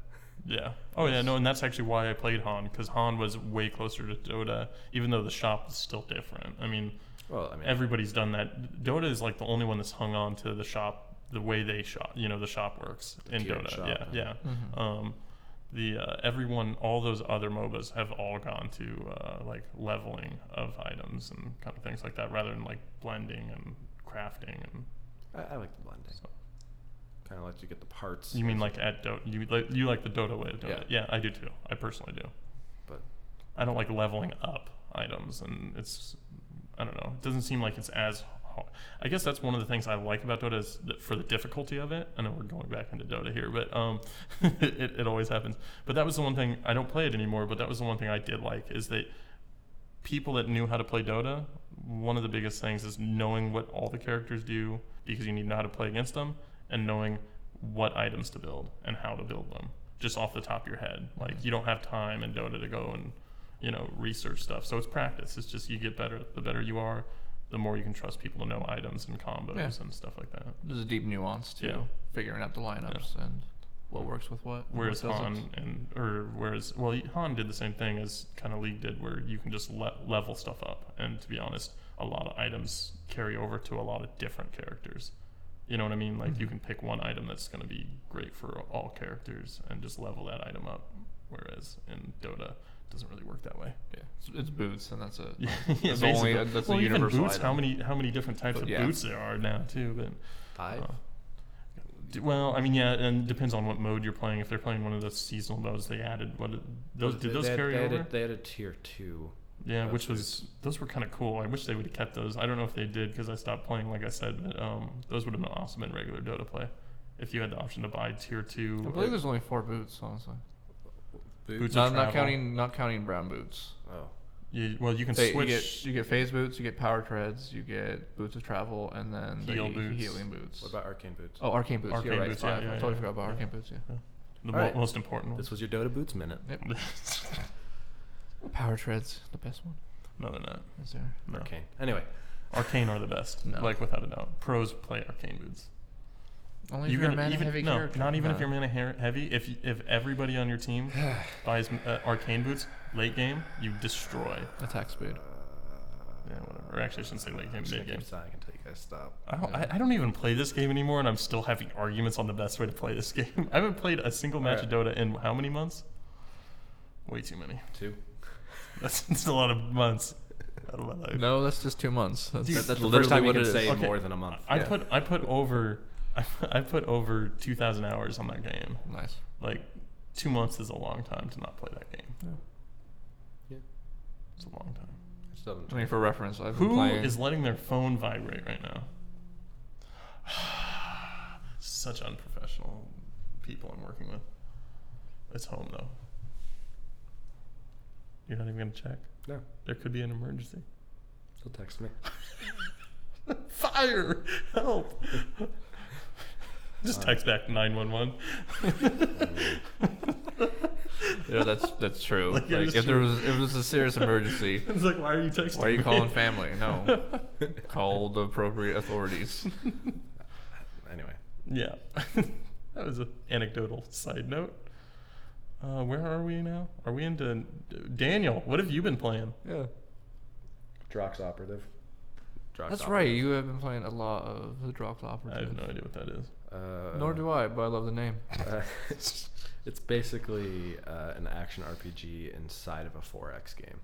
C: yeah. Oh yeah, no, and that's actually why I played Han because Han was way closer to Dota, even though the shop is still different. I mean,
A: Well, I mean,
C: everybody's done that. Dota is like the only one that's hung on to the shop, the way they shop, you know, the shop works in
A: tiered
C: Dota.
A: shop,
C: yeah, yeah.
A: yeah.
C: Um, the uh, everyone, all those other MOBAs have all gone to uh, like leveling of items and kind of things like that, rather than like blending and crafting and.
A: I, I like the blending.
C: So-
A: Kind of lets you get the parts.
C: You mean like at Dota? You like you like the Dota way of doing
A: Yeah.
C: it? Yeah, I do too. I personally do.
A: But
C: I don't like leveling up items, and it's I don't know. It doesn't seem like it's as. ho- I guess that's one of the things I like about Dota is that for the difficulty of it. I know we're going back into Dota here, but um, (laughs) it, it always happens. But that was the one thing I don't play it anymore. But that was the one thing I did like is that people that knew how to play Dota. One of the biggest things is knowing what all the characters do because you need to know how to play against them and knowing what items to build and how to build them just off the top of your head. Like you don't have time in Dota to go and you know research stuff. So it's practice. It's just you get better. The better you are, the more you can trust people to know items and combos
B: Yeah.
C: and stuff like that.
B: There's a deep nuance to
C: Yeah.
B: figuring out the lineups and what works with what. and
C: Whereas
B: what doesn't.
C: Han and or whereas well Han did the same thing as kind of League did, where you can just le- level stuff up. And to be honest, a lot of items carry over to a lot of different characters. You know what I mean? Like
B: Mm-hmm.
C: you can pick one item that's going to be great for all characters and just level that item up. Whereas in Dota, it doesn't really work that
B: (laughs)
C: way.
B: Yeah. It's, it's boots, and that's it.
C: (laughs) Yeah,
B: That's only-
C: basically.
B: that's a
C: well, even
B: universal
C: boots. How
B: item.
C: many how many different types
B: But
C: of
B: yeah.
C: boots there are now too? But
A: five.
C: Oh. D- Well, I mean, yeah, and it depends on what mode you're playing. If they're playing one of those seasonal modes, they added what those
A: They-
C: did those
A: they had-
C: carry
A: they
C: over?
A: Had a, they had a tier two.
C: yeah,
A: those
C: which was those were kind of cool. I wish they would have kept those. I don't know if they did because I stopped playing, like I said. But um, those would have been awesome in regular Dota play if you had the option to buy tier two.
B: I believe there's only four boots, honestly.
C: Boots
B: Not,
C: of
B: not
C: travel.
B: counting, not counting brown boots.
A: Oh,
C: You, well, you can
B: They- you
C: switch.
B: get you get phase boots, you get power treads, you get boots of travel, and then the
C: Heal
B: he-
C: boots.
B: healing boots.
A: what about arcane boots?
B: oh, arcane boots.
C: Arcane
B: you're right.
C: boots, yeah,
B: five.
C: yeah,
B: I totally
C: yeah.
B: forgot about
C: Yeah.
B: arcane boots. Yeah.
C: the
A: All
C: mo-
A: right.
C: most important one.
A: This was your Dota boots minute.
B: Power treads, the best one.
C: no, they're not.
B: Is there?
C: No.
B: (sighs)
A: Arcane. Anyway,
C: Arcane are the best,
B: No.
C: like without a doubt. Pros play arcane boots.
B: Only if
C: You
B: you're a
C: gotta-
B: man
C: even,
B: heavy
C: no,
B: character.
C: not even if
B: No.
C: you're mana hair- heavy. If if everybody on your team buys uh, arcane boots late game, you destroy.
B: attack speed.
C: Yeah, whatever. Or actually, I shouldn't say late game,
A: I'm Uh, just
C: mid
A: gonna
C: game.
A: keep signing until you guys stop.
C: I don't, I, I don't even play this game anymore, and I'm still having arguments on the best way to play this (laughs) game. I haven't played a single match of Dota in how many months? Way too many. (laughs)
A: Two.
C: That's, that's a lot of months out of my life.
B: No, that's just two months. That's,
C: Dude,
A: That- that's the
B: literally
A: first time you
B: what
A: can
B: it is.
A: say
C: Okay.
A: more than a month.
C: I
A: Yeah.
C: put I put over (laughs) I, put- I put over 2,000 hours on that game. (laughs)
B: Nice.
C: Like two months is a long time to not play that game.
A: Yeah.
C: It's a long time.
A: I still haven't-
B: I mean, for reference, I've been
C: Who
B: playing.
C: is letting their phone vibrate right now? (sighs) Such unprofessional people I'm working with. It's home though. You're not even gonna check.
A: No.
C: There could be an emergency. (laughs)
A: Still text me.
C: Fire! Help! Just text back 911.
B: (laughs) Yeah, that's that's true.
C: (laughs) Like,
B: Like,
C: it was
B: if there
C: true.
B: was if it was a
C: (laughs)
B: serious emergency,
C: It's like, why are you texting?
B: why are you
C: me?
B: calling family?
C: (laughs)
B: No, call the appropriate authorities.
A: Anyway,
C: Yeah. (laughs) that was an anecdotal side note. Uh, where are we now? Are we into Daniel? What have you been playing?
B: Yeah,
A: Drox operative. Drox
B: that's right.
A: operative.
B: You have been playing a lot of the Drox
C: I have
B: Operative.
C: no idea what that is.
A: Uh,
B: Nor do I, but I love the name.
A: (laughs) uh, (laughs) it's basically uh, an action RPG inside of a 4X game.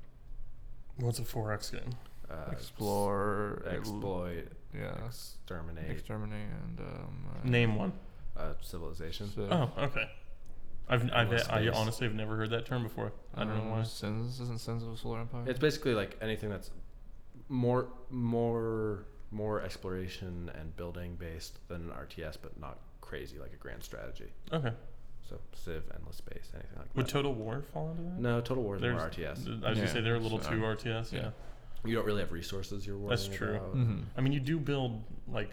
C: What's a 4X game?
A: Uh,
B: Explore,
A: s- exploit,
B: yeah,
A: exterminate
B: exterminate, and um, uh,
C: Name one.
A: uh, civilization.
B: civ.
C: Oh, okay. I've, I've
A: Endless
C: I
A: space.
C: honestly have never heard that term before. I don't
B: Um,
C: know why.
B: Sins isn't Sins of the Solar Empire.
A: It's basically like anything that's more more more exploration and building based than an RTS, but not crazy like a grand strategy.
C: Okay.
A: So Civ, Endless Space, anything like
C: Would
A: that.
C: Total War fall into that?
A: uh, no, Total War is more
C: There's-
A: RTS.
C: I was gonna say
B: Yeah,
C: they're a little
B: so-
C: too RTS. Yeah.
B: yeah.
A: You don't really have resources you're worrying
C: That's true.
A: about.
B: hmm
C: I mean, you do build like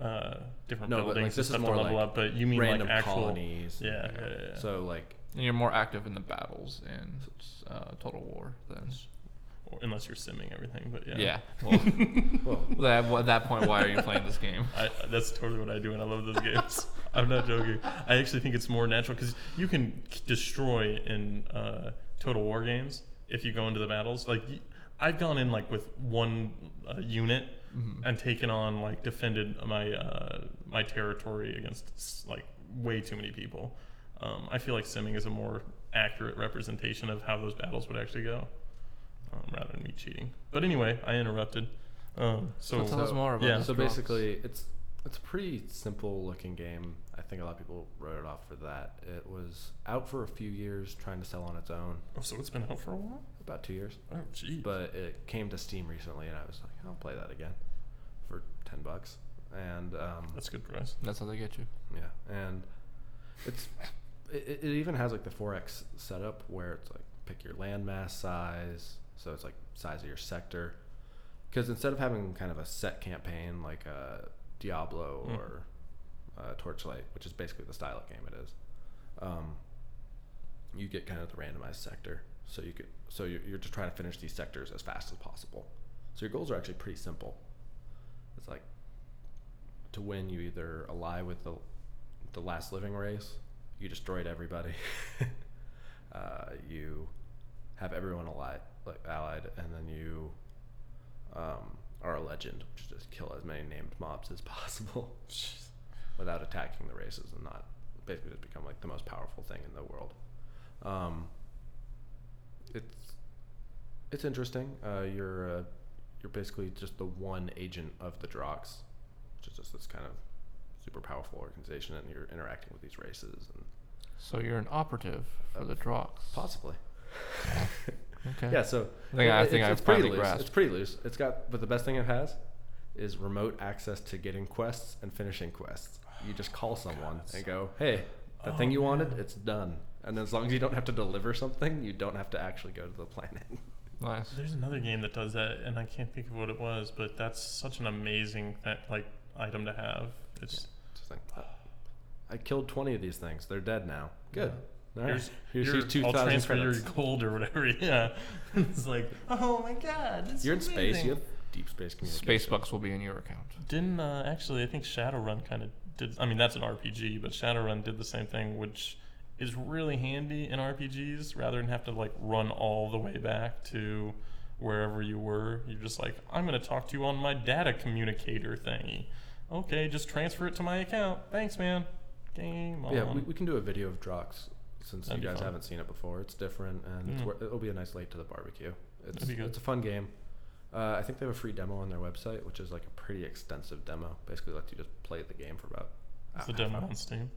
C: uh, different
A: No, but, like,
C: buildings
A: this
C: and
A: is
C: stuff to
A: more
C: level
A: like
C: up, but you mean like
A: Random
C: actual
A: colonies.
C: Yeah, yeah, yeah, yeah.
A: So
C: (laughs)
A: like
B: And you're more active in the battles in uh, Total War than. (laughs)
C: or- unless you're simming everything, but yeah. (laughs)
B: Yeah. Well,
A: well,
B: that, at that point, why are you playing this
C: (laughs)
B: game?
C: I, that's totally what I do, and I love those games. (laughs) I'm not joking. I actually think it's more natural because you can k- destroy in uh, Total War games if you go into the battles. Like y- I've gone in like with one uh, unit and taken on like defended my uh, my territory against s- like way too many people. Um, I feel like simming is a more accurate representation of how those battles would actually go, um, rather than me cheating. But anyway, I interrupted. Um, so,
B: So tell us more about
C: yeah.
B: this
A: so
B: Drox.
A: basically it's it's a pretty simple looking game i think a lot of people wrote it off for that it was out for a few years trying to sell on its own
C: Oh, so it's been out for a while.
A: about two years
C: Oh, gee.
A: but it came to steam recently and i was like i'll play that again for 10 bucks and um,
C: That's a good price.
B: That's how they get you.
A: yeah and it's it, it even has like the 4x setup where it's like pick your landmass size so it's like size of your sector because instead of having kind of a set campaign like uh, diablo
C: Mm.
A: or uh, torchlight which is basically the style of game it is um, you get kind of the randomized sector so you could so you're, you're just trying to finish these sectors as fast as possible so your goals are actually pretty simple it's like to win you either ally with the the last living race you destroyed everybody (laughs) uh, you have everyone allied like allied and then you um, are a legend which is just kill as many named mobs as (laughs) possible without attacking the races and not basically just become like the most powerful thing in the world um, it's it's interesting uh, you're uh, you're basically just the one agent of the Drox which is just this kind of super powerful organization and you're interacting with these races
B: (laughs)
A: and
B: So you're an operative for the Drox.
A: possibly
B: Okay.
A: yeah so
B: I think I,
A: it-
B: think
A: it's,
B: I
A: it's pretty
B: finally
A: loose it's
B: grasped.
A: pretty loose it's got but the best thing it has is remote access to getting quests and finishing quests you just call someone and go hey that
C: Oh,
A: thing you wanted
C: man.
A: it's done and as long as you don't have to deliver something you don't have to actually go to the planet (laughs)
B: Nice.
C: There's another game that does that, and I can't think of what it was, but that's such an amazing that like item to have. It's
A: Just like, "Oh, I killed 20 of these things. They're dead now. Good. All right.
C: here's,
A: Here's
C: your-
A: your 2,000
C: I'll transfer
A: credits.
C: your gold or whatever. (laughs) Yeah, it's like oh my god, it's
A: You're in space.
C: amazing.
A: You have deep space communication.
B: Space bucks will be in your account.
C: Didn't uh, actually I think Shadowrun kind of did. I mean, that's an RPG, but Shadowrun did the same thing, which is really handy in RPGs. Rather than have to like run all the way back to wherever you were, you're just like, I'm gonna talk to you on my data communicator thingy. Okay, just transfer it to my account. Thanks, man. Game on.
A: Yeah, we, we can do a video of Drox since
C: um, That'd be
A: you guys
C: fun.
A: haven't seen it before. It's different, and it's
C: Mm.
A: wor- it'll be a nice late to the barbecue. It's
C: be good.
A: it's a fun game. Uh, I think they have a free demo on their website, which is like a pretty extensive demo. Basically, lets you just play the game for about.
C: Is
A: a
C: the
A: half
C: demo
A: hour.
C: on Steam?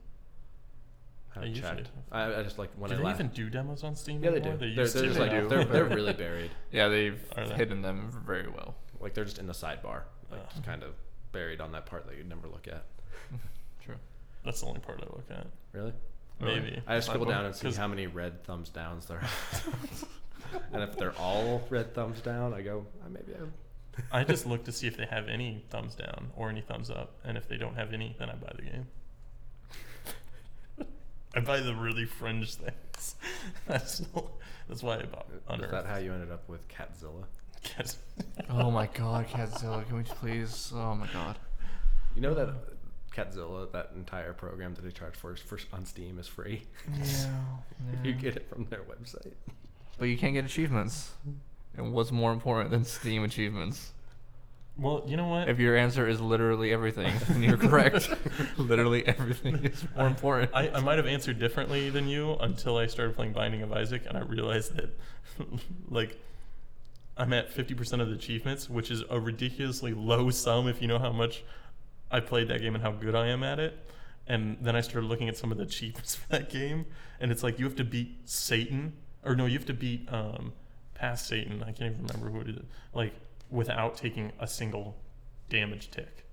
A: I haven't
C: They usually
A: checked.
C: have-
A: I, I just like when
C: do
A: I
C: they
A: la-
C: even do demos on Steam?
A: yeah, they do.
C: anymore?
A: are
C: used
A: they're
C: to.
A: just
B: They
A: like
C: (laughs)
B: do.
A: they're they're really buried.
B: Yeah, they've
C: Are they?
B: hidden them very well.
A: Like they're just in the sidebar, like
C: Uh.
A: just kind of buried on that part that you'd never look at.
B: True.
C: That's the only part I look at.
A: Really?
B: Really?
C: Maybe.
A: I just scroll
C: Sidebar?
A: down and see
C: 'Cause-
A: how many red thumbs downs there are. (laughs) and if they're all red thumbs down, I go, "Ah, maybe I
C: I
A: (laughs)
C: just look to see if they have any thumbs down or any thumbs up, and if they don't have any, then I buy the game. (laughs) I buy the really fringe things. (laughs) that's not- that's why I bought Unearthed.
A: Is that how you ended up with Catzilla? (laughs)
C: Yes.
B: Oh my god, Catzilla, can we just please? Oh my god.
A: You know that uh, Catzilla, that entire program that they charge for, is for on Steam is free. (laughs) you get it from their website.
B: But you can't get achievements. And what's more important than Steam achievements?
C: Well, you know what?
B: If your answer is literally everything, (laughs) then you're
C: (laughs)
B: correct. (laughs) literally everything is more important.
C: I, I might have answered differently than you until I started playing Binding of Isaac and I realized that, (laughs) like, I'm at 50% of the achievements, which is a ridiculously low sum if you know how much I played that game and how good I am at it. And then I started looking at some of the (laughs) achievements for that game, and it's like you have to beat Satan, or no, you have to beat um, past Satan. I can't even remember who it is. Like without taking a single damage tick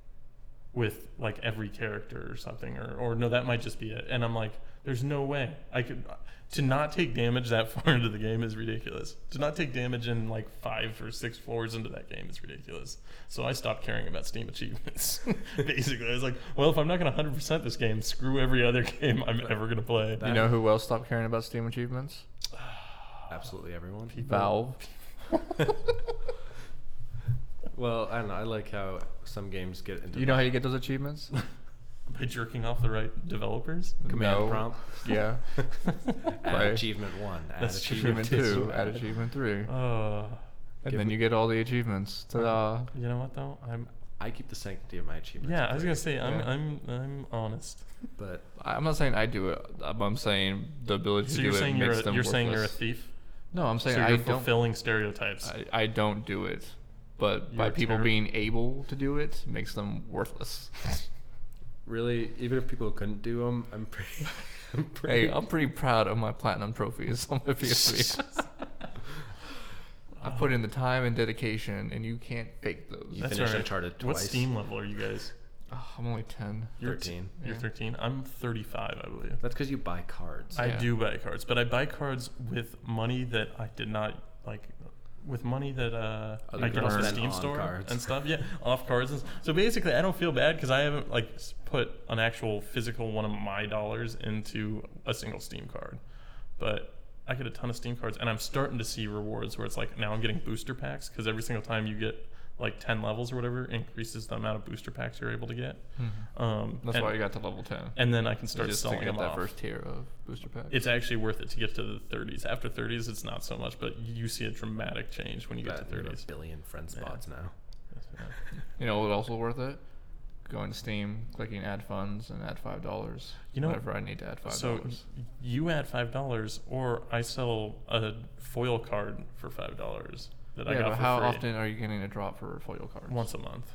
C: with like every character or something or, or no that might just be it and i'm like there's no way i could to not take damage that (laughs) far into the game is ridiculous to not take damage in like five or six floors into that game is ridiculous so i stopped caring about steam achievements (laughs) basically i was like well if i'm not going to 100% this game screw every other (laughs) game i'm ever going to play (sighs)
B: you know who else stopped caring about Steam achievements?
A: Absolutely everyone.
C: (laughs)
B: Valve.
A: Well, I don't know. I like how some games get into
B: You know how you get those
C: (laughs)
B: achievements?
C: by jerking off the right developers
A: command
B: No.
A: prompt.
B: (laughs) Yeah.
A: (laughs) Add
B: Right.
A: achievement one. Add
C: That's
A: achievement,
B: achievement
A: two.
B: two, add achievement three.
C: uh,
B: And
A: Give
B: then
A: me-
B: you get all the achievements. Ta-da.
C: you know what though i'm
A: I keep the sanctity of my achievements.
C: yeah i was going to
A: free,
C: say I'm,
B: Yeah.
C: I'm i'm honest
A: But
B: I- I'm not saying I do it. I'm I'm saying the ability
C: so
B: to
C: you're
B: do it
C: saying you're
B: makes
C: a,
B: them
C: you're saying you're a
B: worthless.
C: thief
B: No, I'm saying
C: so
B: I
C: you're
B: don't.
C: fulfilling stereotypes.
B: I, I don't do it, but by
C: You're
B: people
C: terrible.
B: being able to do it makes them worthless.
A: really, even if people couldn't do them, I'm pretty. (laughs) I'm pretty.
B: hey, I'm pretty proud of my platinum trophies on my PS3.
C: (laughs)
B: (laughs) I put in the time and dedication, and you can't fake those.
A: You finished Uncharted
C: What
A: twice.
C: Steam level are you guys?
B: Ugh, I'm only ten.
C: You're t-
A: 13.
C: you're
B: Yeah.
C: 13. I'm 35, I believe.
A: That's because you buy cards.
C: I
B: Yeah.
C: do buy cards, but I buy cards with money that I did not like. With money that uh,
A: Other
C: I get off
A: people
C: the
A: spend
C: Steam
A: on
C: store
A: cards.
C: and stuff, yeah, off cards. And s- so basically, I don't feel bad because I haven't like s- put an actual physical one of my dollars into a single Steam card. But I get a ton of Steam cards, and I'm starting to see rewards where it's like now I'm getting booster packs because every single time you get like 10 levels or whatever increases the amount of booster packs you're able to get. Um,
B: That's
C: and,
B: why I got to level ten.
C: and then I can start
B: just to
C: selling
B: get
C: them
B: that
C: off
B: first tier of booster pack.
C: it's actually worth it to get to the 30s. After 30s, it's not so much, but you see a dramatic change when you get
A: That
C: to
A: you have
C: 30s.
A: a
C: (laughs)
A: billion friend
C: Yeah.
A: spots now.
B: you know, what's also worth it. Going to Steam, clicking add funds, and add five dollars.
C: You know-
B: whenever I need to add five
C: So
B: dollars.
C: you add five dollars, or I sell a foil card for five dollars that I
B: yeah,
C: got
B: but
C: for
B: how
C: free
B: often are you getting a drop for foil cards?
C: once a month,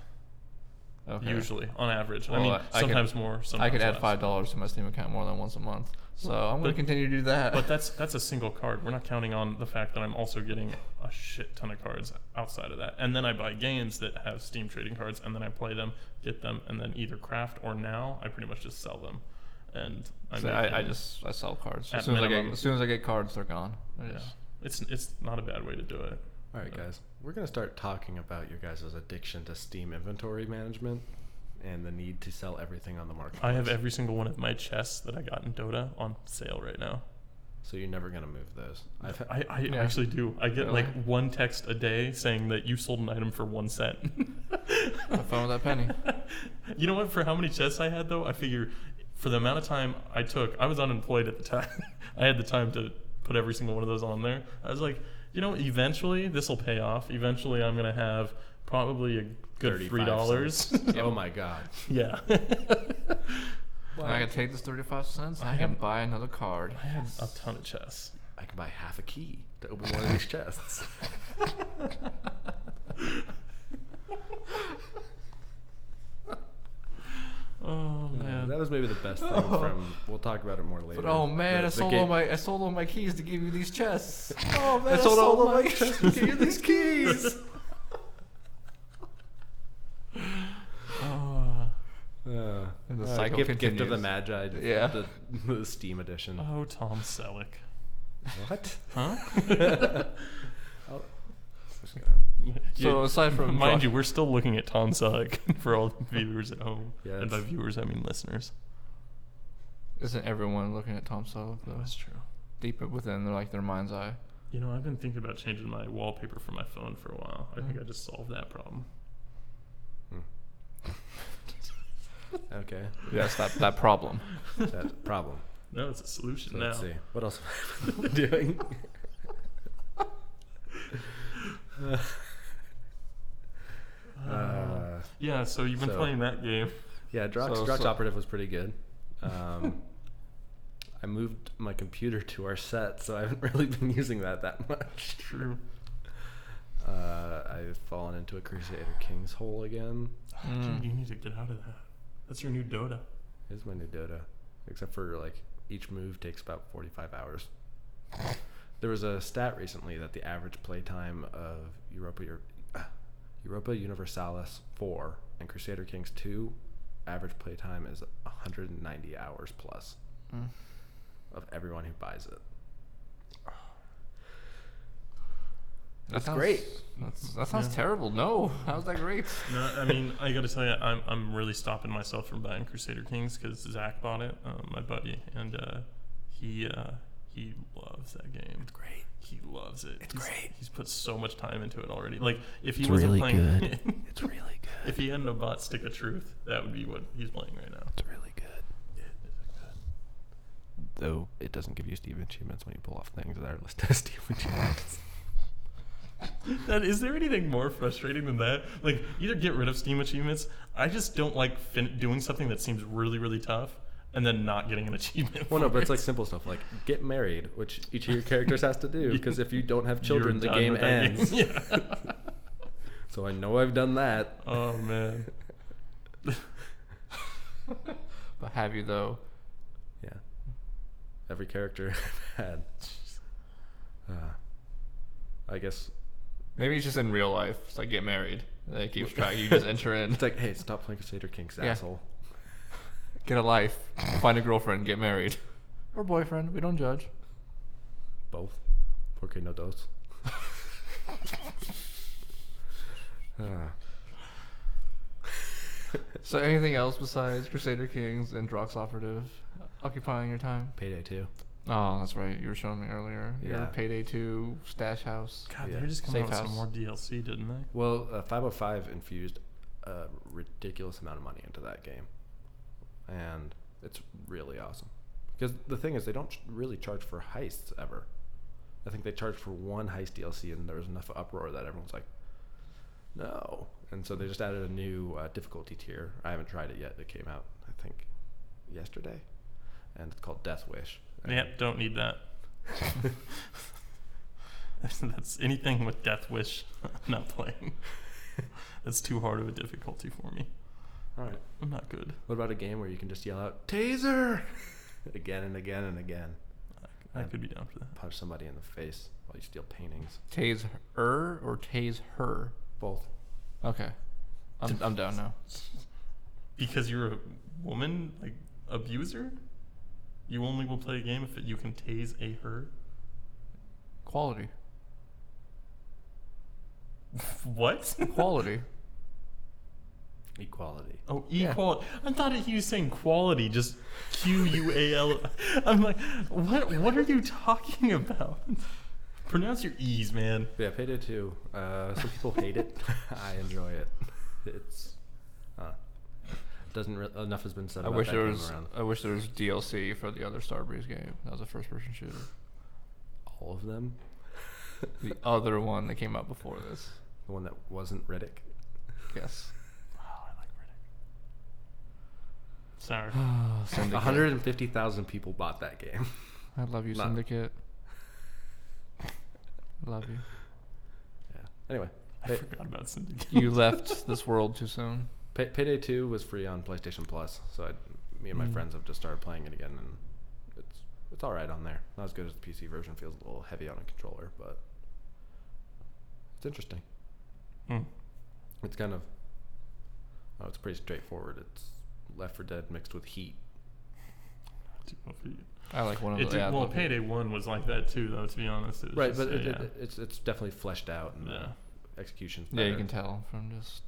B: Okay.
C: usually on average.
B: Well,
C: I
B: I- I
C: mean,
B: could-
C: sometimes more. Sometimes
B: I could add
C: less.
B: five dollars to my Steam account more than once a month, so I'm going
C: But-
B: to continue to do that.
C: But that's that's a single card. We're not counting on the fact that I'm also getting a shit ton of cards outside of that. And then I buy games that have Steam trading cards, and then I play them, get them, and then either craft or now I pretty much just sell them. And
B: (laughs)
C: I,
B: So
C: make
B: I, I
C: them.
B: just I sell cards as
C: At
B: soon as I get
C: minimum.
B: as soon as I get cards, they're gone. I
C: yeah.
B: just-
C: It's it's not a bad way to do it.
A: All right, guys, we're gonna start talking about your guys' addiction to Steam inventory management and the need to sell everything on the market.
C: I have every single one of my chests that I got in Dota on sale right now.
A: So you're never gonna move those. I've had,
C: I, I
B: Yeah.
C: actually do. I get
B: Really?
C: like one text a day saying that you sold an item for one cent.
B: (laughs) Have fun with that
C: (laughs)
B: penny.
C: You know what? For how many chests I had though, I figure for the amount of time I took, I was unemployed at the time. (laughs) I had the time to put every single one of those on there. I was like, you know, eventually this will pay off. Eventually, I'm gonna have probably a good
A: 35
C: three dollars.
A: (laughs) oh my god.
C: (laughs) yeah.
B: And I can take this 35 cents and I can buy another card.
C: I had a ton of chests.
A: I can buy half a key to open one of these
B: (laughs)
A: chests. (laughs)
C: Oh man.
A: That was maybe the best thing from. We'll talk about it more later.
B: But oh man,
A: The-
B: I
A: the
B: sold
A: game-
B: all my I sold all my keys to give you these
C: (laughs)
B: chests.
A: Oh man,
B: I sold all my-
A: to give you
B: (laughs)
A: these keys.
C: Oh,
A: Uh,
B: And the
A: uh,
B: cycle
A: gift, gift of the
B: continues.
A: Magi. the-
B: Yeah.
A: The, (laughs) the Steam edition.
C: oh Tom Selleck.
A: What?
C: Huh? (laughs)
A: I'll-
B: So aside from
C: (laughs) mind
B: Josh-
C: you, we're still looking at Tom Selleck (laughs) for all the viewers at home,
A: (laughs) Yeah,
C: and by
A: it's-
C: viewers I mean listeners.
B: Isn't everyone looking at Tom Selleck though?
C: true.
B: Deep within their like their mind's eye.
C: You know, I've been thinking about changing my wallpaper for my phone for a while. I think
B: Mm.
C: I just solved that problem.
A: okay.
B: Yes, that that (laughs) problem.
A: That problem.
C: No, it's a solution
A: So
C: now.
A: let's see. What else am I (laughs) doing?
C: (laughs) Uh,
A: Uh,
C: yeah, so you've been
A: so-
C: playing that game. (laughs)
A: yeah, Drox,
B: So-
A: Drox
B: so-
A: Operative was pretty
B: (laughs)
A: good. Um, I moved my computer to our set, so I haven't (laughs) really been using that that much.
C: True.
A: Uh, I've fallen into a Crusader Kings hole again.
B: Mm.
C: Dude, you need to get out of that. That's your new Dota.
A: Here's my new Dota. Except for like each move takes about 45 hours. There was a stat recently that the average playtime of Europa Eur- (sighs) Europa Universalis 4 and Crusader Kings 2 average playtime is 190 hours plus
B: Mm.
A: of everyone who buys it.
B: That
A: That's
B: sounds-
A: great.
B: That's, that sounds
C: Yeah.
B: terrible. No, (laughs) how's that great?
C: No, I mean, I gotta tell you, I'm, I'm really stopping myself from buying Crusader Kings because Zach bought it, um, my buddy, and uh, he uh, he loves that game. It's great. He loves it. It's
A: great.
C: He's put so much time into it already. Like if he
A: It's
C: wasn't
A: really
C: playing,
A: (laughs)
C: (laughs)
A: good. It's really good.
C: if he hadn't have bought Stick of Truth, that would be what he's playing right
A: (laughs)
C: now.
A: It's really good. Though it doesn't give you Steam achievements when you pull off things that are (laughs) listed as Steam achievements.
C: That, is there anything more frustrating than that? Like, either get rid of Steam achievements. I just don't like fin- doing something that seems really, really tough, and then not getting an achievement.
A: Well, no,
C: for
A: but it's
C: it.
A: like simple stuff like get married, which each of your characters has to do because if you don't have children,
C: You're
A: the game
C: done with that game.
A: ends.
C: (laughs) Yeah.
A: (laughs) So I know I've done that.
C: Oh man.
B: But have you though?
A: Yeah. Every character (laughs) I've had. Uh, I guess
B: Maybe it's just in real life. It's like get married. They keep
A: (laughs)
B: track. (laughs) You just enter in.
A: it's like, hey, stop playing Crusader Kings,
B: Yeah.
A: asshole.
B: Get a life. Find a girlfriend. Get married. Or boyfriend. We don't judge.
A: Both. Porque no dos. Uh,
B: So anything else besides Crusader Kings and Drox Operative occupying your time?
A: payday too.
B: Oh, that's right. You were showing me earlier.
A: Yeah.
B: Your Payday 2 stash house.
C: God,
A: Yeah.
C: they're just coming
B: Safe
C: out with
B: house.
C: some more DLC, didn't they?
A: Well, uh, 505 infused a ridiculous amount of money into that game. And it's really awesome. Because the thing is, they don't ch- really charge for heists ever. I think they charged for one heist DLC, and there was enough uproar that everyone's like, no. And so they just added a new uh, difficulty tier. I haven't tried it yet. It came out, I think, yesterday. And it's called Death Wish. And
C: Yep, don't need that. (laughs) That's anything with Death Wish. (laughs) I'm
A: (laughs)
C: not playing. That's too hard of a difficulty for me.
A: All right.
C: I'm not good.
A: What about a game where you can just yell out, Taser! (laughs) again and again and again.
C: I
A: Yeah.
C: could be down for that.
A: punch somebody in the face while you steal paintings.
B: Tase her or tase her?
A: Both.
B: Okay. I'm, I'm down now.
C: Because you're a woman, like abuser. You only will play a game if you can tase a (laughs) her.
B: Quality.
C: What?
A: (laughs)
B: Quality.
A: Equality.
C: (laughs) Oh,
B: Yeah.
C: equality. I thought he was saying quality, just Q U A (laughs) L. I'm like, what? What are you talking about? Pronounce your E's, man.
A: Yeah, Payday 2. Uh, some people hate
B: (laughs)
A: it. I enjoy it. It's. Uh, doesn't re- enough has been said
B: I
A: about
B: wish
A: that
B: there
A: game
B: was.
A: around.
B: I wish there was DLC for the other Starbreeze game. That was a first-person shooter.
A: All of them. (laughs)
B: The other one that came out before this.
A: The one that wasn't Riddick.
B: Yes.
C: Wow, Oh, I like Riddick. (sighs) Sorry.
B: (laughs) Syndicate.
A: 150,000 people bought that game. (laughs)
B: I love you,
A: No.
B: (laughs) Syndicate. love you.
A: Yeah. Anyway,
C: I
A: Hey.
C: forgot about (laughs) Syndicate.
B: You left this world too soon.
A: Pay- Payday 2 was free on PlayStation Plus, so I, me and my
B: Mm.
A: friends have just started playing it again, and it's it's all right on there. Not as good as the PC version. Feels a little heavy on a controller, but it's interesting.
C: Hmm.
A: It's kind of oh, it's pretty straightforward. It's Left for Dead mixed with Heat.
B: I like one of
C: It
B: the.
C: did,
B: yeah, I
C: well,
B: love it.
C: Payday One was like that too, though. To be honest, it was
A: right,
C: just,
A: but
C: yeah,
A: it,
C: yeah.
A: it, it's it's definitely fleshed out and
C: Yeah.
A: the execution's
B: Yeah,
A: better.
B: you can tell from just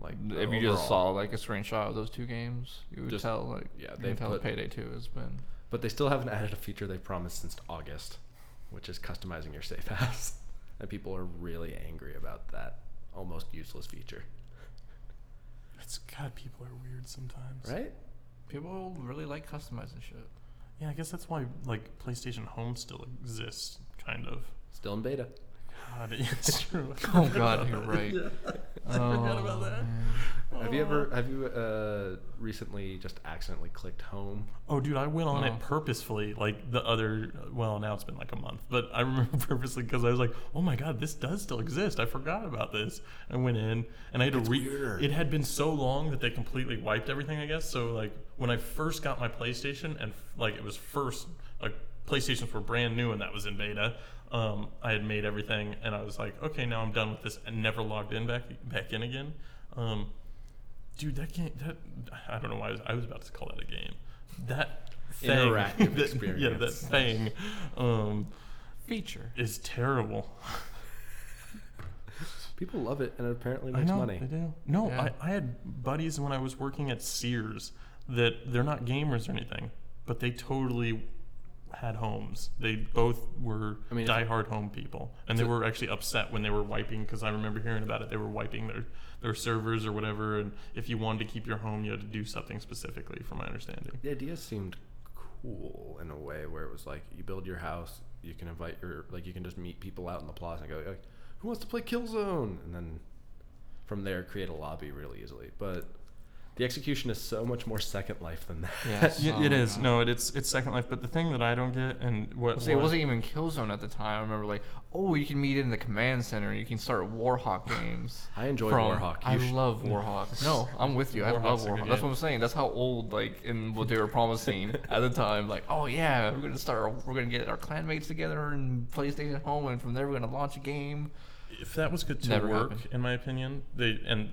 A: like
B: if
A: the
B: you just
A: overall.
B: saw like a screenshot of those two games, you would
A: Just-
B: tell like
A: yeah,
B: you can
A: they've
B: tell that
A: put-
B: Payday Two has been.
A: But they still haven't added a feature they promised since August, which is customizing your safe (laughs) house. And people are really angry about that almost useless feature.
C: It's God. People are weird sometimes,
A: Right?
B: People really like customizing shit.
C: Yeah, I guess that's why like PlayStation Home still exists, kind of.
A: Still in beta.
C: God, (laughs) it's true.
B: (laughs) Oh God, (laughs)
C: (laughs)
B: you're right. Oh, (laughs)
C: I forgot about that.
A: Have you ever have you uh recently just accidentally clicked home?
C: Oh, dude, I went on
B: No.
C: it purposefully. Like the other, well, now it's been like a month, but I (laughs) remember purposely because I was like, "Oh my god, this does still exist. I forgot about this." I went in and I had to re.
A: weirder.
C: It had been so long that they completely wiped everything, I guess. So like when I first got my PlayStation and like it was first like PlayStations were brand new and that was in beta. Um, I had made everything and I was like, "Okay, now I'm done with this," and never logged in back back in again. Um, dude, that game. That I don't know why I was, I was about to call that a game. That thing,
A: Interactive
C: that- Yeah, (laughs) that
A: experience.
C: thing um,
B: Feature.
C: is terrible.
A: People love it and it apparently makes money.
C: They do. No,
B: Yeah.
C: I, I had buddies when I was working at Sears that they're not gamers or anything, but they totally had homes. They both were
A: I mean, it's-
C: diehard home people, and they
A: it's a-
C: were actually upset when they were wiping because I remember hearing about it. They were wiping their their servers or whatever, and if you wanted to keep your home, you had to do something specifically, from my understanding.
A: The idea seemed cool in a way where it was like you build your house, you can invite your like you can just meet people out in the plaza and go like, who wants to play Killzone? And then from there create a lobby really easily. But the execution is so much more Second Life than (laughs) that.
B: Yes.
C: Y-
B: Oh
C: it
B: my
C: is
B: God.
C: no, it, it's it's Second Life, but the thing that I don't get and what,
B: See, it
C: what-
B: wasn't even Killzone at the time. I remember like, oh, you can meet in the command center. You can start
C: (sighs)
B: Warhawk games.
A: I enjoy
B: from-
A: Warhawk.
B: I
A: You sh-
B: love
C: (laughs)
B: Warhawk. No, I'm with you. I love
C: Mm. Warhawk's a good
B: Warhawk. That's
C: game.
B: what I'm saying. That's how old like in what they were promising
C: (laughs)
B: at the time. Like, oh yeah, we're gonna start. We're gonna get our clanmates together and PlayStation Home, and from there we're gonna launch a game.
C: if that was good to
B: Never
C: work,
B: happened.
C: in my opinion, they and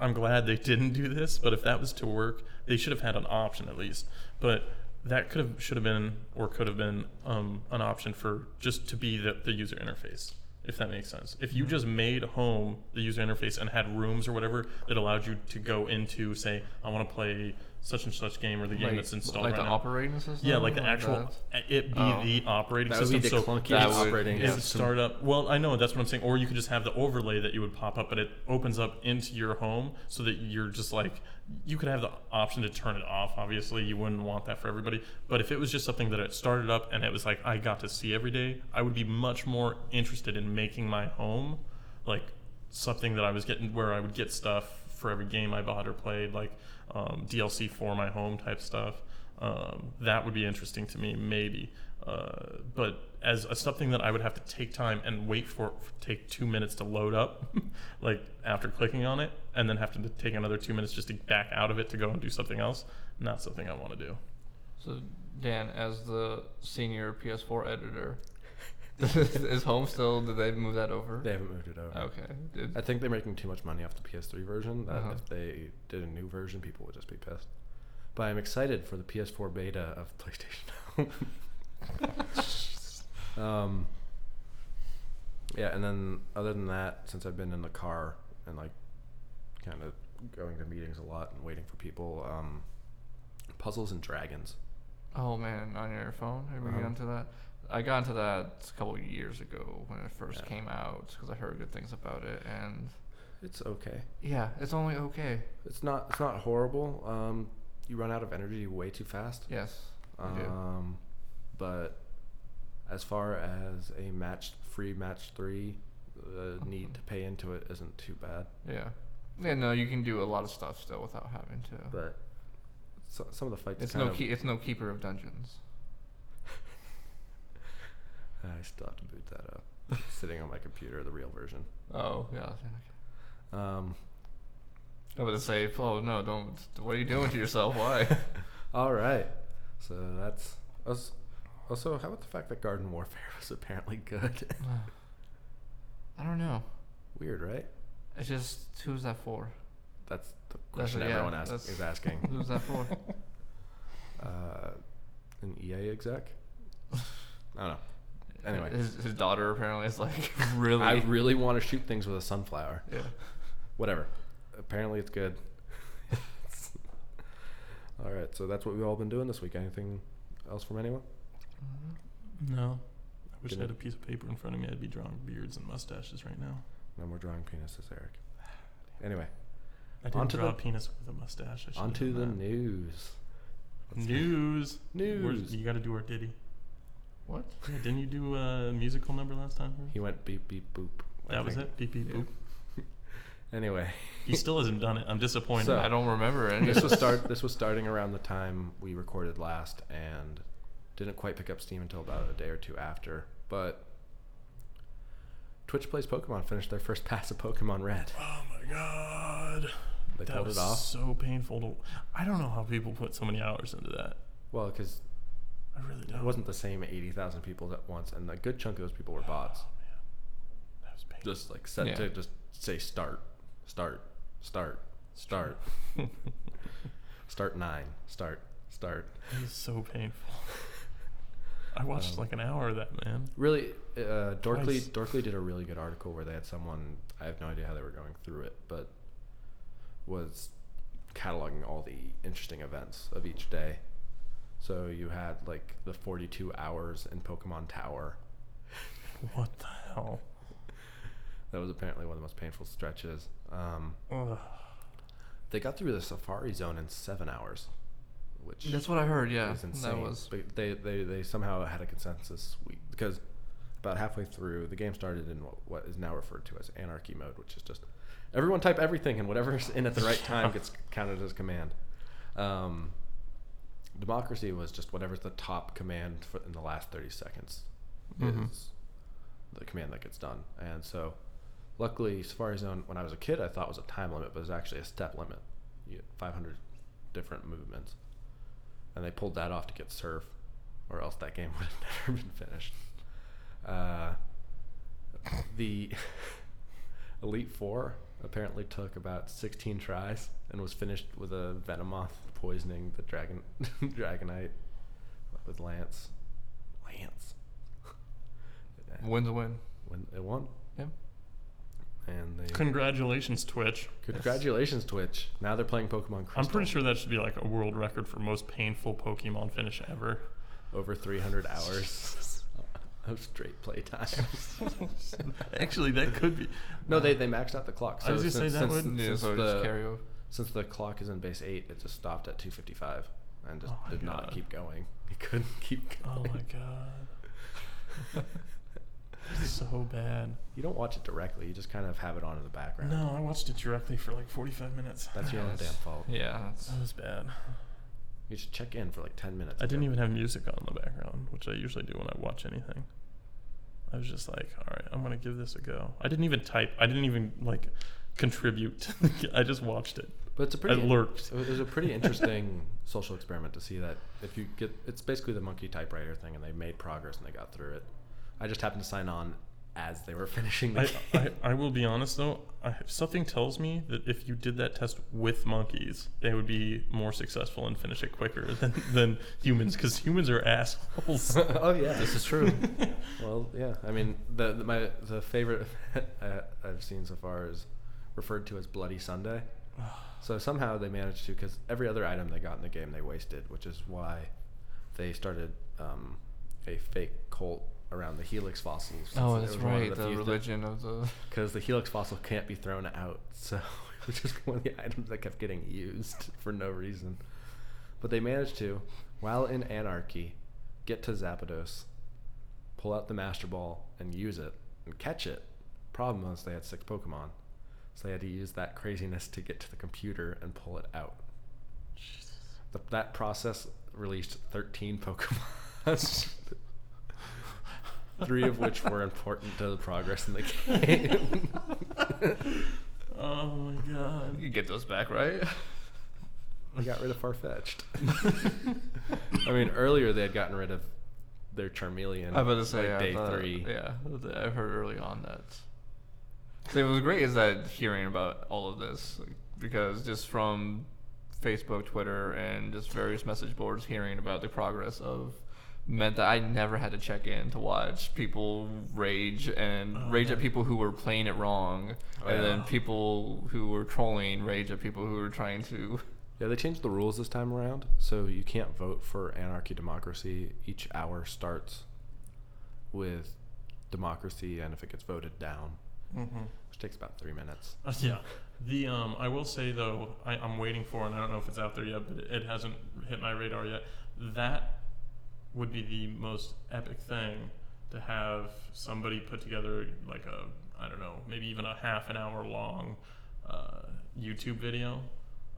C: I'm glad they didn't do this. But if that was to work, they should have had an option at least. But that could have should have been or could have been um, an option for just to be the, the user interface, if that makes sense. If
B: Mm-hmm.
C: you just made home the user interface and had rooms or whatever that allowed you to go into, say, I want to play such and such game or the game
B: like,
C: that's installed
B: like
C: right
B: the
C: now.
B: operating system.
C: yeah, like the actual,
B: that.
C: it be
B: Oh.
C: the operating
A: That would be
C: system.
A: the
C: so
A: clunkiest
B: That would-
A: operating
B: yeah.
C: is it
A: system.
C: start up? Well, I know that's what I'm saying. Or you could just have the overlay that you would pop up, but it opens up into your home so that you're just like you could have the option to turn it off. Obviously, you wouldn't want that for everybody. But if it was just something that it started up and it was like I got to see every day, I would be much more interested in making my home like something that I was getting where I would get stuff for every game I bought or played, like um, DLC for my home type stuff. Um, that would be interesting to me, maybe. Uh, but as a, something that I would have to take time and wait for, take two minutes to load up, (laughs) like after clicking on it, and then have to take another two minutes just to back out of it to go and do something else, not something I want to do.
B: So Dan, as the senior
A: (laughs)
B: PS4 editor, is Home still? Did they move that over?
A: They haven't moved it over.
B: Okay. Did,
A: I think they're making too much money off the PS3 version. That
B: Uh-huh.
A: if they did a new version, people would just be pissed. But I'm excited for the PS4 beta of (laughs) PlayStation Home. um, yeah, and then other than that, since I've been in the car and like kind of going to meetings a lot and waiting for people. Um, Puzzles and Dragons.
B: Oh man, on your phone? Have we
A: Uh-huh.
B: got into that? I got into that a couple of years ago when it first
A: Yeah.
B: came out because I heard good things about it, and
A: It's okay.
B: yeah, it's only okay.
A: It's not. It's not horrible. Um, you run out of energy way too fast.
B: Yes, you do.
A: Um, but as far as a match free match three, the need to pay into it isn't too bad.
B: yeah, yeah. No, you can do a lot of stuff still without having to.
A: But so, some of the fights.
B: it's
A: kind
B: no
A: of,
B: key. It's no keeper of dungeons.
A: I still have to boot that up. (laughs) Sitting on my computer, the real version.
B: Oh yeah. okay.
A: Um,
B: I was gonna say, oh no, don't. What are you doing to yourself? Why?
A: (laughs) all right. So that's us. Also, how about the fact that Garden Warfare (laughs) was apparently good? (laughs)
B: (sighs) I don't know.
A: Weird, right?
B: It's just who's that for?
A: That's the question
B: yeah,
A: everyone asks
B: that's-
A: is asking.
B: (laughs) Who's that for?
A: uh, an EA exec? (laughs) I don't know. (laughs) Anyway.
B: his, his daughter apparently
A: (laughs)
B: is like (laughs) really.
A: I really want to shoot things with a sunflower.
B: yeah.
A: Whatever. Apparently, it's good. (laughs) all right, so that's what we've all been doing this week. Anything else from anyone?
C: No. I wish I
A: Didn't-
C: had a piece of paper in front of me. I'd be drawing beards and mustaches right now.
A: No more drawing penises, Eric. Anyway,
C: I didn't
A: Onto
C: draw
A: the-
C: a penis with a mustache. I should've
A: onto the
C: done that.
A: news. Let's-
C: news.
A: News.
C: Where's, you got to do our ditty.
B: What?
C: Yeah, didn't you do a musical number last time? Harry?
A: He went beep beep boop. I
C: that was
A: think.
C: it. Beep beep
B: Yeah.
C: boop.
A: Anyway,
C: He still hasn't done it. I'm disappointed.
A: So-
B: I don't remember any.
A: this was start. This was starting around the time we recorded last, and didn't quite pick up steam until about a day or two after. But Twitch plays Pokemon finished their first (laughs) pass of Pokemon Red.
C: oh my god.
A: They
C: that
A: pulled
C: was
A: it off.
C: so painful. To, I don't know how people put so many hours into that.
A: Well, because
C: I really don't.
A: it wasn't the same 80,000 people at once, and a good chunk of those people were bots.
C: Oh, That was painful.
A: Just like set
B: Yeah.
A: to just say start, start, start, start, start nine, start, start.
C: It was so
A: (laughs)
C: painful. I watched
A: Um,
C: like an hour of that, man.
A: Really, uh, Dorkly
C: Twice.
A: Dorkly did a really good article where they had someone. I have no idea how they were going through it, but was cataloging all the interesting events of each day. So you had like the 42 hours in Pokemon Tower.
C: What the hell?
A: That was apparently one of the most painful stretches. Um,
C: Ugh.
A: They got through the Safari Zone in seven hours, which
B: (laughs) That's what I heard. Yeah,
A: is insane.
B: that was.
A: But they, they they somehow had a consensus week because about halfway through the game started in what, what is now referred to as anarchy mode, which is just everyone type everything and whatever's in at the right
B: (laughs)
A: time gets counted as command. Um, democracy was just whatever's the top command for, in the last thirty seconds
C: Mhm.
A: is the command that gets done, and so. Luckily, Safari Zone, when I was a kid, I thought was a time limit, but it was actually a step limit. You get 500 different movements. And they pulled that off to get Surf, or else that game (laughs) would have never been finished. Uh, the (laughs) Elite Four apparently took about 16 tries and was finished with a Venomoth poisoning the Dragon (laughs) Dragonite with Lance. Lance. (laughs)
B: Win's a win.
A: When it won.
B: Yeah.
A: And they
C: Congratulations, Twitch.
A: Congratulations, Twitch. Now they're playing Pokemon Crystal.
C: I'm pretty sure that should be like a world record for most painful Pokemon finish ever.
A: Over 300
C: (laughs)
A: hours of straight play time.
C: Actually, that could be.
A: No, they, they maxed out the clock.
C: I was gonna say that
A: since,
C: would-
B: Yeah,
A: since
B: so just
A: the,
B: carry over.
A: since the clock is in base 8, it just stopped at 255 and just
C: Oh my
A: did not
C: God.
A: keep going. It couldn't keep
C: Oh
A: going. (laughs)
C: my god. That's so bad.
A: You don't watch it directly, you just kind of have it on in the background.
C: No, I watched it directly for like 45 minutes.
A: That's your own damn fault.
B: Yeah, that's.
C: That
B: (laughs)
C: was bad.
A: You should check in for like 10 minutes.
C: I
A: and
C: didn't
A: go,
C: even have music on in the background, which I usually do when I watch anything. I was just like, all right, I'm gonna give this a go. I didn't even type. I didn't even like contribute. (laughs) to the g- I just watched it.
A: But it's a pretty
C: I lurked.
A: It was a pretty interesting (laughs) social experiment to see that if you get it's basically the monkey typewriter thing, and they made progress and they got through it. I just happened to sign on as they were (laughs) finishing the
C: I,
A: game.
C: I, I will be honest though, I, something tells me that if you did that test with monkeys, they would be more successful and finish it quicker (laughs) than, than humans because humans are
A: (laughs) (laughs)
C: assholes.
A: oh yeah, this is
B: (laughs)
A: true. (laughs) (laughs) well, yeah. I mean, the, (laughs) the my the favorite uh, I've seen so far is referred to as Bloody Sunday, So somehow they managed to, because every other item they got in the game they wasted, which is why they started um, a fake cult around the Helix fossils.
B: Oh, that's right. The religion
A: (laughs)
B: of the.
A: Because the Helix fossil can't be thrown out, (laughs) so it was just one of the items that kept getting used (laughs) for no reason. But they managed to, while in Anarchy, get to Zapdos, pull out the Master Ball, and use it, and catch it. Problem was they had six Pokemon. So they had to use that craziness to get to the computer and pull it out. The, that process released (laughs) 13 Pokemon, three of which were important to the progress in the game.
C: (laughs) Oh my god.
B: You can get those back, (laughs) right?
A: they got rid of
B: (laughs)
A: Farfetch'd. I mean, er earlier they had gotten rid of their Charmeleon.
B: I was about to say
A: like,
B: yeah,
A: day
B: the-
A: three.
B: Yeah, th- I heard early on that. So what was great is that hearing about all of this like, because just from Facebook, Twitter, and just various message boards, hearing about the progress of meant that I never had to check in to watch people rage and
C: Oh,
B: rage at
C: man.
B: people who were playing it wrong,
A: Oh,
B: and
A: yeah.
B: then people who were trolling rage at people who were trying to.
A: Yeah, they changed the rules this time around, so you can't vote for anarchy democracy. Each hour starts with democracy, and if it gets voted down,
C: Mm-hmm.
A: which takes about three minutes.
C: Uh, (laughs) yeah. The um, I will say though, I, I'm waiting for, and I don't know if it's out there yet, but it, it hasn't hit my radar yet. That would be the most epic thing to have somebody put together, like a, I don't know, maybe even a half an hour long uh, YouTube video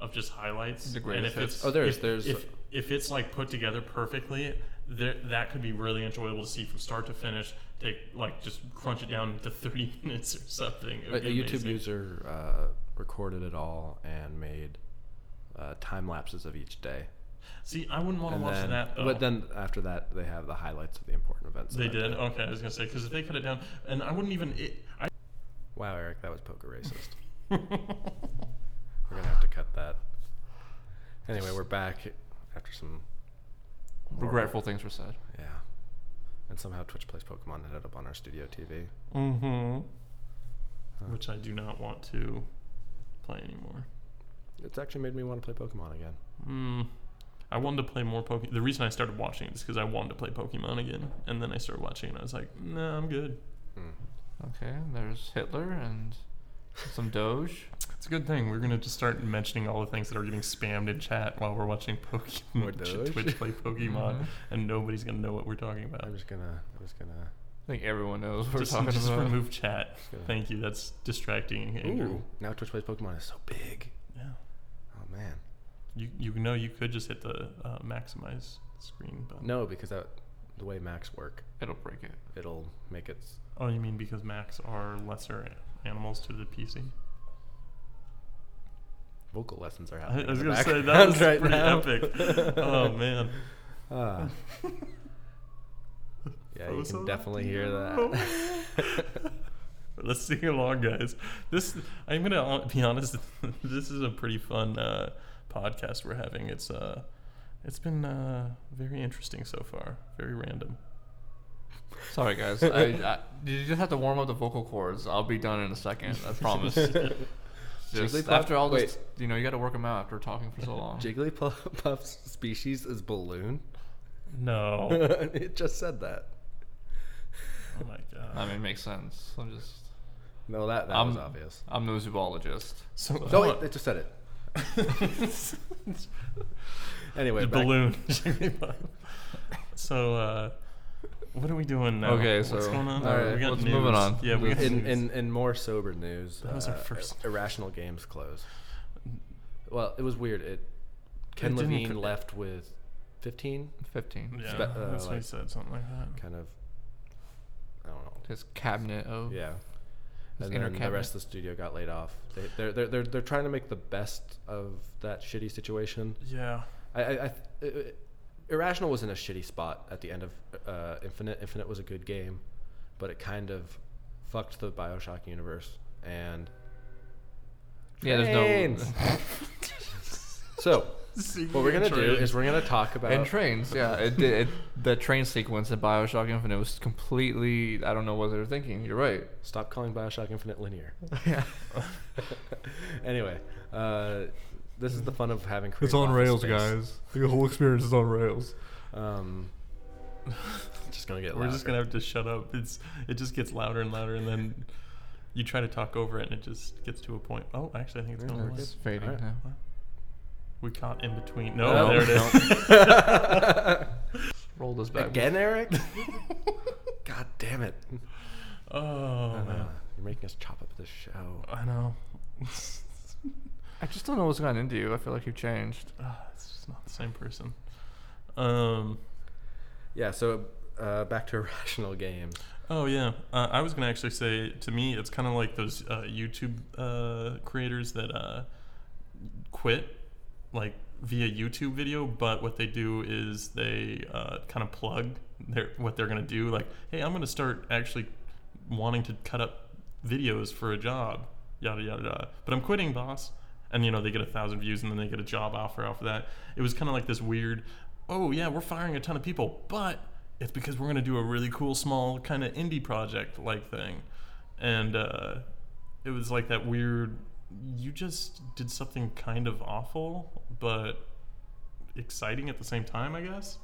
C: of just highlights.
B: The greatest
C: and if
B: hits.
C: it's,
A: Oh, there's-
C: if,
A: there's-
C: if, if it's like put together perfectly. There, that could be really enjoyable to see from start to finish. Take like just crunch it down to thirty (laughs) minutes or something. It
A: A, a
C: would be
A: YouTube
C: amazing.
A: user uh, recorded it all and made uh, time lapses of each day.
C: See, I wouldn't want to
A: And
C: watch
A: then,
C: that. Though.
A: but then after that, they have the highlights of the important events.
C: they
A: of that
C: did.
A: day.
C: Okay, I was gonna say because if they cut it down, and I wouldn't even. It, I,
A: Wow, Eric, that was poker
C: (laughs)
A: racist. We're gonna have to cut that. Anyway, we're back after some
B: Regretful things were said.
A: Yeah. And somehow Twitch Plays Pokemon ended up on our studio TV.
C: mm-hmm.
A: Huh.
C: Which I do not want to play anymore.
A: It's actually made me want to play Pokemon again.
C: Mm. I wanted to play more Pokemon. The reason I started watching it is because I wanted to play Pokemon again, and then I started watching it. and I was like, Nah, I'm good. Hmm.
B: Okay, there's Hitler and some Doge.
C: It's a good thing. We're gonna just start mentioning all the things that are getting spammed in chat while we're watching
A: Or
C: Pokemon
A: Doge.
C: Twitch play Pokemon,
B: Mhm.
C: and nobody's gonna know what we're talking about.
A: I'm just gonna I'm just gonna
B: I think everyone knows what we're
C: just,
B: talking
C: just
B: about.
C: remove chat.
A: just gonna
C: Thank you. That's distracting. Andrew.
A: Ooh, now Twitch Plays Pokemon is so big.
C: Yeah.
A: Oh man.
C: You you know you could just hit the uh, maximize screen button.
A: No, because that the way Macs work,
B: It'll break it.
A: it'll make it s-
C: Oh, you mean because Macs are lesser a- animals to the PC?
A: vocal lessons are
C: I,
A: happening.
C: I was
A: in the
C: gonna say that
A: background
C: was
A: right
C: pretty
A: now.
C: epic. oh man.
A: (laughs)
C: (laughs)
A: Ah. yeah, you can
C: Frozen?
A: definitely hear
C: (laughs)
A: that.
C: Oh. Let's sing along, guys. This I'm gonna hon- be honest. (laughs) this is a pretty fun uh, podcast we're having. It's uh, it's been uh, very interesting so far. Very random.
B: Sorry, guys. I, I, you just have to warm up the vocal cords. I'll be done in a second. I promise. just
A: Jigglypuff-
B: after all this,
A: wait.
B: you know, you got to work them out after talking for so long.
A: Jigglypuff's species is balloon.
C: (laughs) No.
A: (laughs) it just said that.
C: oh my
A: (laughs)
C: god.
B: I mean, it makes sense. I'm just.
A: No, that that
B: I'm,
A: was obvious.
B: I'm no zoologist.
C: so
A: No,
C: hold
A: wait,
C: on.
A: it just said it. Anyway,
C: the
A: back-
C: balloon. (laughs) so, uh, what are we doing now?
B: Okay,
C: what's
B: so-
C: going on?
A: all right,
C: we got
B: let's
C: news.
B: move it on.
C: Yeah, we got
A: In,
C: news.
A: in in more sober news, Uh,
C: That was our first- Mm.
A: irrational games close. Well, it was weird. It
C: It
A: Ken
C: didn't
A: Levine
C: occur-
A: left with fifteen,
B: 15.
C: yeah,
A: spe- uh,
C: that's what he
A: like-
C: said, something like that.
A: kind of. I don't know.
B: His cabinet
C: Oh.
B: of.
A: Yeah.
B: His
A: And
B: inner
A: then the
B: cabinet.
A: rest of the studio got laid off. They, they're, they're, they're, they're trying to make the best of that shitty situation.
C: Yeah,
A: I, I, I th- uh, Irrational was in a shitty spot at the end of uh, Infinite. Infinite was a good game, but it kind of fucked the Bioshock universe. And
B: (laughs) Yeah, there's no.
C: (laughs)
A: so What we're gonna do is we're gonna talk about
B: and trains, yeah. It, did- it, the train sequence in Bioshock Infinite was completely. I don't know what they were thinking. You're right.
A: Stop calling Bioshock Infinite linear. (laughs)
B: Yeah.
A: anyway, uh, this is the fun of having.
D: It's
A: creative
D: on
A: office
D: rails,
A: space.
D: guys. The whole experience is on rails.
A: Um, just gonna get.
C: We're just
A: louder.
C: gonna have to shut up. It's it just gets louder and louder, and then you try to talk over it, and it just gets to a point. Oh, actually, I think it's
A: Yeah,
C: going.
A: we're
C: away.
A: good.
B: It's fading
A: Alright.
B: now.
C: We caught in between. No,
A: No,
C: there it
A: (laughs) no.
C: is. (laughs)
B: Roll this back.
A: again, Eric. (laughs) God damn it!
C: oh man,
A: Uh, you're making us chop up the show.
C: I know.
B: I just don't know what's gotten into you. I feel like you've changed.
C: Ah, it's just not the same person. Um.
A: Yeah. So uh, back (laughs) to irrational games.
C: Oh yeah, uh, I was gonna actually say to me, it's kind of like those uh, YouTube uh, creators that uh, quit like via YouTube video, but what they do is they uh, kind of plug their what they're gonna do. Like, hey, I'm gonna start actually wanting to cut up videos for a job, yada yada yada. But I'm quitting, boss. And you know they get a thousand views, and then they get a job offer off of that. It was kind of like this weird, oh yeah, we're firing a ton of people, but it's because we're gonna do a really cool small kind of indie project like thing, and uh, it was like that weird. You just did something kind of awful, but exciting at the same time, I guess,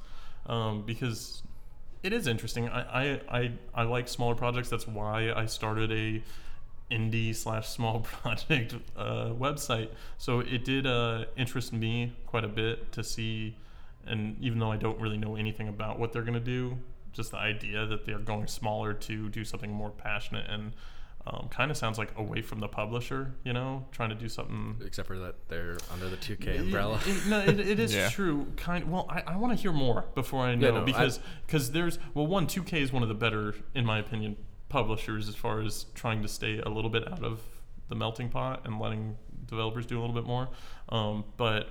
C: um, because it is interesting. I, I, I, I like smaller projects. That's why I started a indie slash small (laughs) project uh, website. So it did uh, interest me quite a bit to see, and even though I don't really know anything about what they're gonna do, just the idea that they're going smaller to do something more passionate and um, kind of sounds like away from the publisher, you know, trying to do something
A: Except for that they're under the 2K
C: it-
A: umbrella.
C: it- no, it, it is
B: Yeah.
C: true. Kind. Well, I, I want to hear more before I know
A: no, I-
C: because because there's well one 2K is one of the better in my opinion publishers as far as trying to stay a little bit out of the melting pot and letting developers do a little bit more. Um, but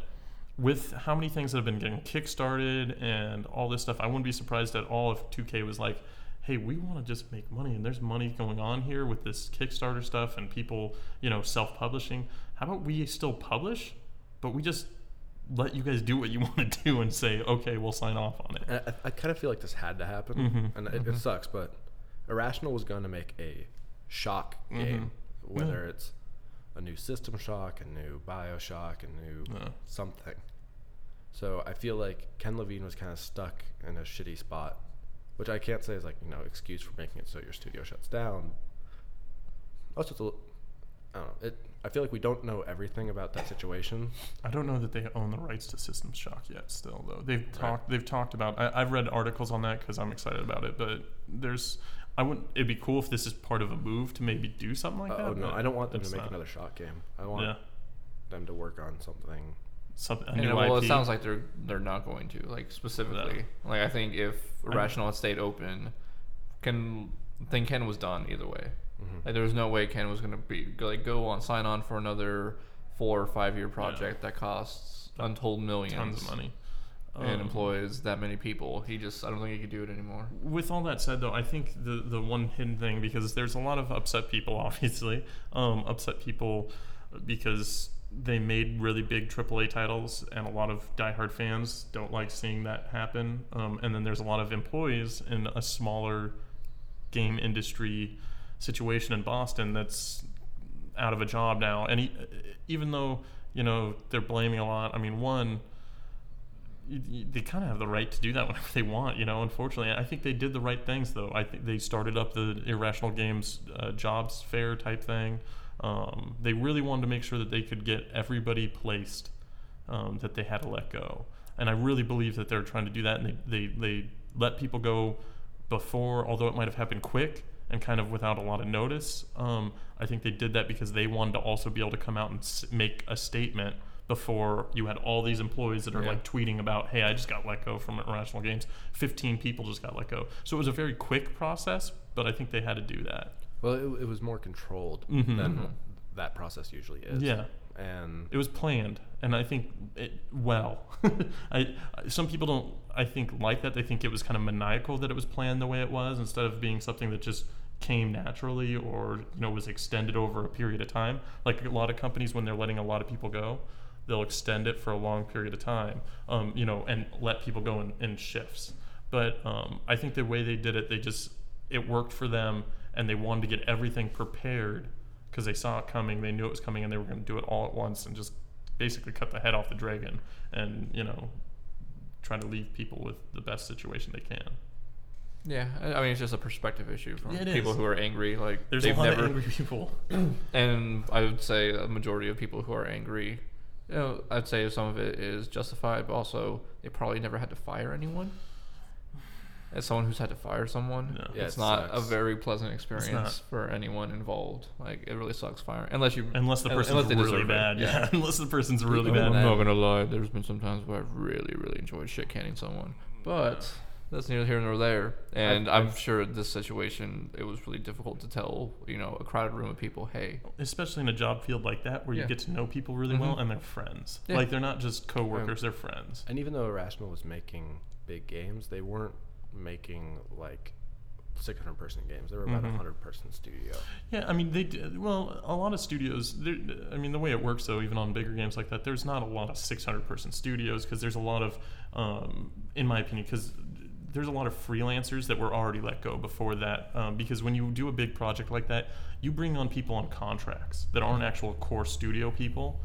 C: with how many things that have been getting kickstarted and all this stuff, I wouldn't be surprised at all if 2K was like, "Hey, we want to just make money, and there's money going on here with this Kickstarter stuff and people, you know, self-publishing. How about we still publish, but we just let you guys do what you (laughs) want to do and say, okay, we'll sign off on it."
A: And I, I kind of feel like this had to happen,
C: Mhm,
A: and It, it sucks. But Irrational was going to make a shock
C: Mhm.
A: game, whether
C: Yeah.
A: it's a new System Shock, a new Bioshock, a new
C: Yeah.
A: something. So I feel like Ken Levine was kind of stuck in a shitty spot, which I can't say is like you know excuse for making it so your studio shuts down. Also, it's a little, I don't know. It. I feel like we don't know everything about that situation.
C: I don't know that they own the rights to System Shock yet. Still, though, they've talked. They've talked about. I, I've read articles on that because I'm excited about it. But there's, I wouldn't. It'd be cool if this is part of a move to maybe do something like that.
A: oh no,
C: but
A: I don't want them to
C: it's
A: make
C: not.
A: another shock game. I want
C: yeah,
A: them to work on something
C: something. A
B: And
C: new
B: it- well,
C: IP.
B: it sounds like they're they're not going to like specifically. Like I think if Irrational had stayed open, Ken then Ken was done either way.
C: Mm-hmm.
B: Like there was no way Ken was gonna be go- like go on sign on for another four or five year project that costs untold millions
C: tons of money. Um,
B: and employs that many people. He just I don't think he could do it anymore.
C: with all that said, though, I think the the one hidden thing because there's a lot of upset people, (laughs) obviously, um, upset people because they made really big AAA titles, and a lot of diehard fans don't like seeing that happen. Um, and then there's a lot of employees in a smaller game industry situation in Boston that's out of a job now. And e even though you know they're blaming a lot, I mean, one you- you- they kind of have the right to do that (laughs) whenever they want, you know. Unfortunately, I think they did the right things though. I think they started up the irrational games uh, jobs fair type thing. Um, they really wanted to make sure that they could get everybody placed um, that they had to let go, and I really believe that they're trying to do that. And they they, they let people go before, although it might have happened quick and kind of without a lot of notice. Um, I think they did that because they wanted to also be able to come out and s- make a statement before you had all these employees that are
B: Yeah.
C: like tweeting about, "Hey, I just got let go from Irrational Games. 15 people just got let go." So it was a very quick process, but I think they had to do that.
A: Well, it, it was more controlled
C: Mhm.
A: than
B: Mhm.
A: that process usually is.
C: Yeah.
A: And
C: It was planned, and I think it well. (laughs) I I- some people don't. I think like that. They think it was kind of maniacal that it was planned the way it was, instead of being something that just came naturally or you know was extended over a period of time. Like a lot of companies, when they're letting a lot of people go, they'll extend it for a long period of time, um, you know, and let people go in, in shifts. But um, I think the way they did it, they just it worked for them, and they wanted to get everything prepared because they saw it coming, they knew it was coming, and they were going to do it all at once and just basically cut the head off the dragon, and you know, try to leave people with the best situation they can.
B: Yeah, I I mean it's just a perspective issue from
C: Yeah, it
B: people
C: is.
B: who are angry. Like
C: There's
B: they've
C: a lot
B: never,
C: of angry
B: (clears throat)
C: people.
B: and I would say a majority of people who are angry, you know, I'd say some of it is justified, but also they probably never had to fire anyone. As someone who's had to fire someone,
C: No.
A: Yeah,
B: it's
A: it
B: not a
A: sucks.
B: very pleasant
C: not.
B: experience for anyone involved. Like it really sucks firing unless you
C: Unless the
B: un-
C: person's
B: they
C: really
B: deserve it,
C: bad. Yeah. (laughs) Unless the person's really
B: I'm
C: bad.
B: not gonna lie. There's been some times where I've really, really enjoyed shit canning someone, but that's neither here nor there. And i am sure this situation, it was really difficult to tell, you know, a crowded room of people, hey,
C: Especially in a job field like that where
B: Yeah.
C: you get to know people really well
B: Mhm.
C: and they're friends.
B: Yeah.
C: Like they're not just coworkers, they're friends.
A: And even though Erasmus was making big games, they weren't making like 600 person games. They were about a
C: Mhm.
A: 100 person studio.
C: Yeah, I mean they d- well, a lot of studios. there- I mean the way it works though, even on bigger games like that, there's not a lot of 600 person studios because there's a lot of, um, in my opinion, because there's a lot of freelancers that were already let go before that. Um, because when you do a big project like that, you bring on people on contracts that aren't actual core studio people.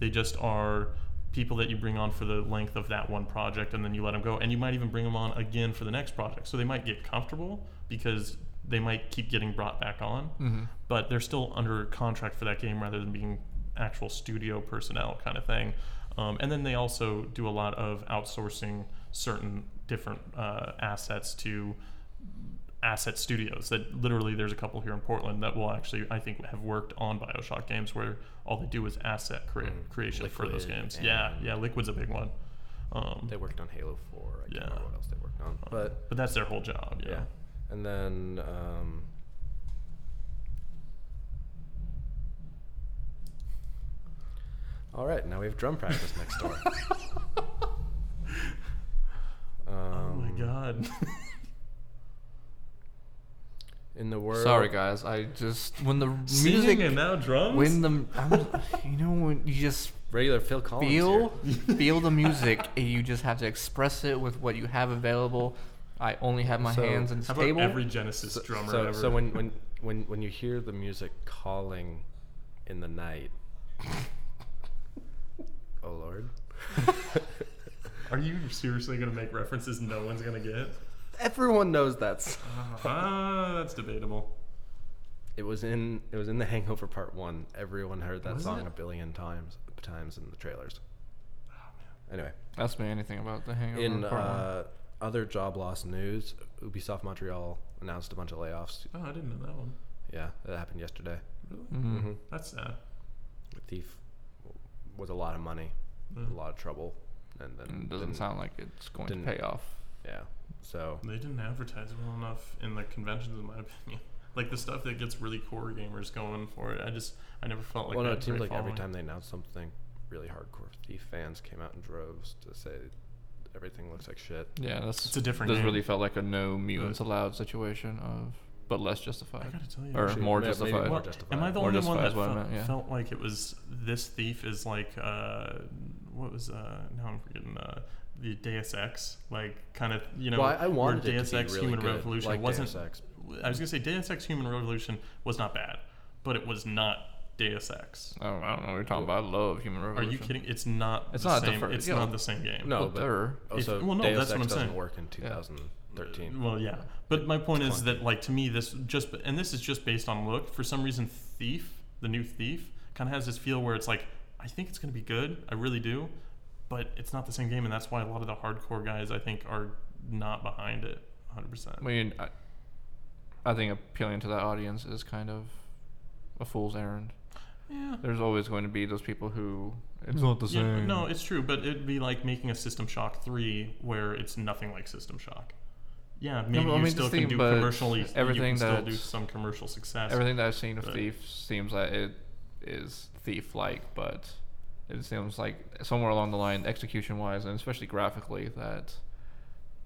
C: They just are people that you bring on for the length of that one project and then you let them go and you might even bring them on again for the next project so they might get comfortable because they might keep getting brought back on
B: mm-hmm.
C: but they're still under contract for that game rather than being actual studio personnel kind of thing. Um, and then they also do a lot of outsourcing certain different uh, assets to asset studios that literally there's a couple here in Portland that will actually I think have worked on Bioshock games where all they do is asset crea-
A: Mm.
C: creation for those
A: Liquid
C: games. Yeah,
A: and-
C: yeah, Liquid's a big one. Um,
A: They worked on Halo 4. I can't
C: Yeah.
A: remember what else they worked on. But
C: but that's their whole job. Yeah.
A: Yeah. And then um, All right, now we have drum practice next
B: (laughs)
A: door. um,
C: Oh my god. (laughs)
A: In the world
B: Sorry, guys. I just, when the
C: Music
B: music,
C: and now drums.
B: when the, I'm, you know, when you (laughs) just
A: regular Phil Collins
B: feel,
A: here.
B: (laughs) feel the music, and you just have to express it with what you have available. I only have my
A: So,
B: hands and
C: How
B: this
C: about
B: table.
C: every Genesis
A: So,
C: drummer
A: so,
C: ever?
A: so when, when when when you hear the music calling in the (laughs) night Oh lord.
C: Are you seriously going to make references no one's going to get?
A: Everyone knows that song.
C: Ah, that's debatable.
A: It was in it was in the Hangover Part One. Everyone heard that
C: Was
A: song
C: it?
A: a billion times times in the trailers. Anyway,
B: Ask me anything about the Oh, hangover.
A: in
B: part one.
A: uh, other job loss news, Ubisoft Montreal announced a bunch of layoffs.
C: Oh, I didn't know that one.
A: Yeah, that happened yesterday.
C: Really?
B: Mhm.
A: Mhm.
C: That's sad.
A: The thief was a lot of money,
C: Mm.
A: a lot of trouble, and then
B: And it doesn't
A: didn't-
B: sound like it's going to
A: didn't-
B: pay off.
A: Yeah, so
C: They didn't advertise well enough in the conventions, in my opinion. (laughs) Like the stuff that gets really core gamers going for it. I just, I never felt like.
A: well, no,
C: I had
A: it
C: a
A: seemed
C: great
A: like every
C: following.
A: time they announced something, really hardcore thief fans came out in droves to say everything looks like shit.
B: Yeah, that's
C: It's a different
B: This
C: game.
B: really felt like a no mutants allowed situation of, but less
C: I
B: justified.
C: gotta tell you,
B: Or
C: actually,
B: more
A: may- maybe
B: justified.
A: more
C: Well,
A: justified.
C: am I the
B: Or
C: only one
B: justified
C: that
B: is what I
C: felt,
B: meant, yeah.
C: felt like it was this thief is like uh, what was uh now I'm forgetting uh, the Deus Ex like kind of you know
A: well, I, I
C: where
A: wanted
C: Deus
A: it to
C: Ex
A: be really
C: Human
A: good,
C: Revolution
A: like
C: wasn't
A: Deus Ex.
C: I was gonna say Deus Ex Human Revolution was not bad, but it was not Deus Ex.
B: I don't, I don't know what you're talking about. I love Human
C: Are
B: Revolution.
C: you kidding? It's not.
B: It's
C: the
B: not a
C: same,
B: different-
C: It's
B: yeah.
C: not the same game.
A: No,
B: Well,
A: but
B: there.
A: also
C: well, no,
A: Oh, Deus
C: that's
A: Ex
C: what I'm
A: doesn't
C: saying.
A: work in
B: Yeah.
A: 2013.
C: Well, yeah, but my point is that like to me, this just and this is just based on look. For some reason, Thief, the new Thief, kind of has this feel where it's like I think it's gonna be good. I really do, but it's not the same game, and that's why a lot of the hardcore guys I think are not behind it 100. percent
B: I mean, I, I think appealing to that audience is kind of a fool's errand.
C: Yeah.
B: There's always going to be those people who
D: It's not the
C: Yeah,
D: same.
C: no, it's true, but it'd be like making a System Shock 3 where it's nothing like System Shock. Yeah, maybe
B: but I
C: you
B: mean,
C: still
B: just
C: can
B: think
C: do
B: about
C: commercially.
B: everything
C: you can still do
B: that's-
C: some commercial success.
B: everything that I've seen of
C: Right.
B: Thief seems like it is Thief-like, but it seems like somewhere along the line, execution-wise, and especially graphically, that,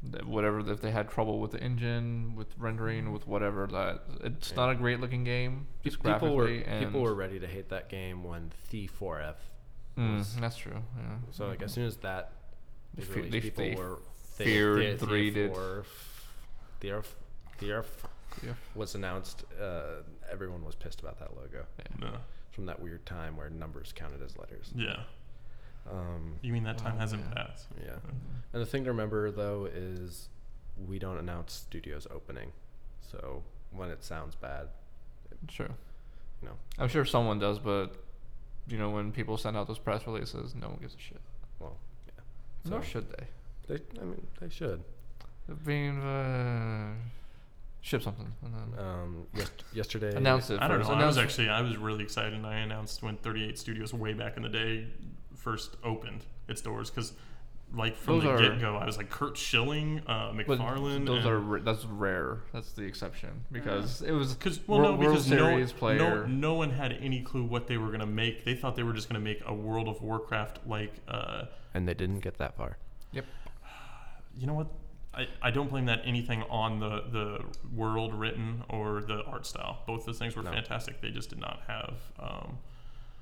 B: that whatever if they had trouble with the engine, with rendering, with whatever, that it's
A: Yeah.
B: not a great-looking game. Just
A: people were
B: graphically, and
A: people were ready to hate that game when Thief 4F
B: Mm, that's true. Yeah.
A: So like as soon as that
B: They
A: was
B: fe-
A: released,
B: they-
A: people
B: they
A: were they,
B: feared,
A: they- they
B: dreaded.
A: for- The Earth, the Earth
B: Yeah.
A: was announced. Uh, everyone was pissed about that logo
C: No.
A: from that weird time where numbers counted as letters.
C: Yeah.
A: Um,
C: You mean that time
B: Wow,
C: hasn't
B: yeah.
C: passed?
A: yeah. And the thing to remember though is we don't announce studios opening, so when it sounds bad,
B: Sure.
A: you know,
B: I'm sure someone does, but you know when people send out those press releases, no one gives a shit.
A: well, yeah.
B: Nor
A: So-
B: should they.
A: They, I mean, they should.
B: I mean, uh, ship something and then
A: Um, yes, yesterday,
B: announce it.
C: I don't
B: first.
C: know. I was
B: Announce-
C: actually I was really excited. and I announced when 38 Studios way back in the day first opened its doors because, like from
B: Those
C: the
B: are-
C: get go, I was like Kurt Schilling, uh,
B: But
C: McFarlane.
B: Those are ra- that's rare. That's the exception because it was
C: because well
B: Wor-
C: no
B: World
C: because no,
B: Series player.
C: no no one had any clue what they were gonna make. They thought they were just gonna make a World of Warcraft like. Uh,
A: and they didn't get that far.
C: you know what? I, I don't blame that anything on the, the world written or the art style. Both those things were
A: No.
C: fantastic. They just did not have. Um,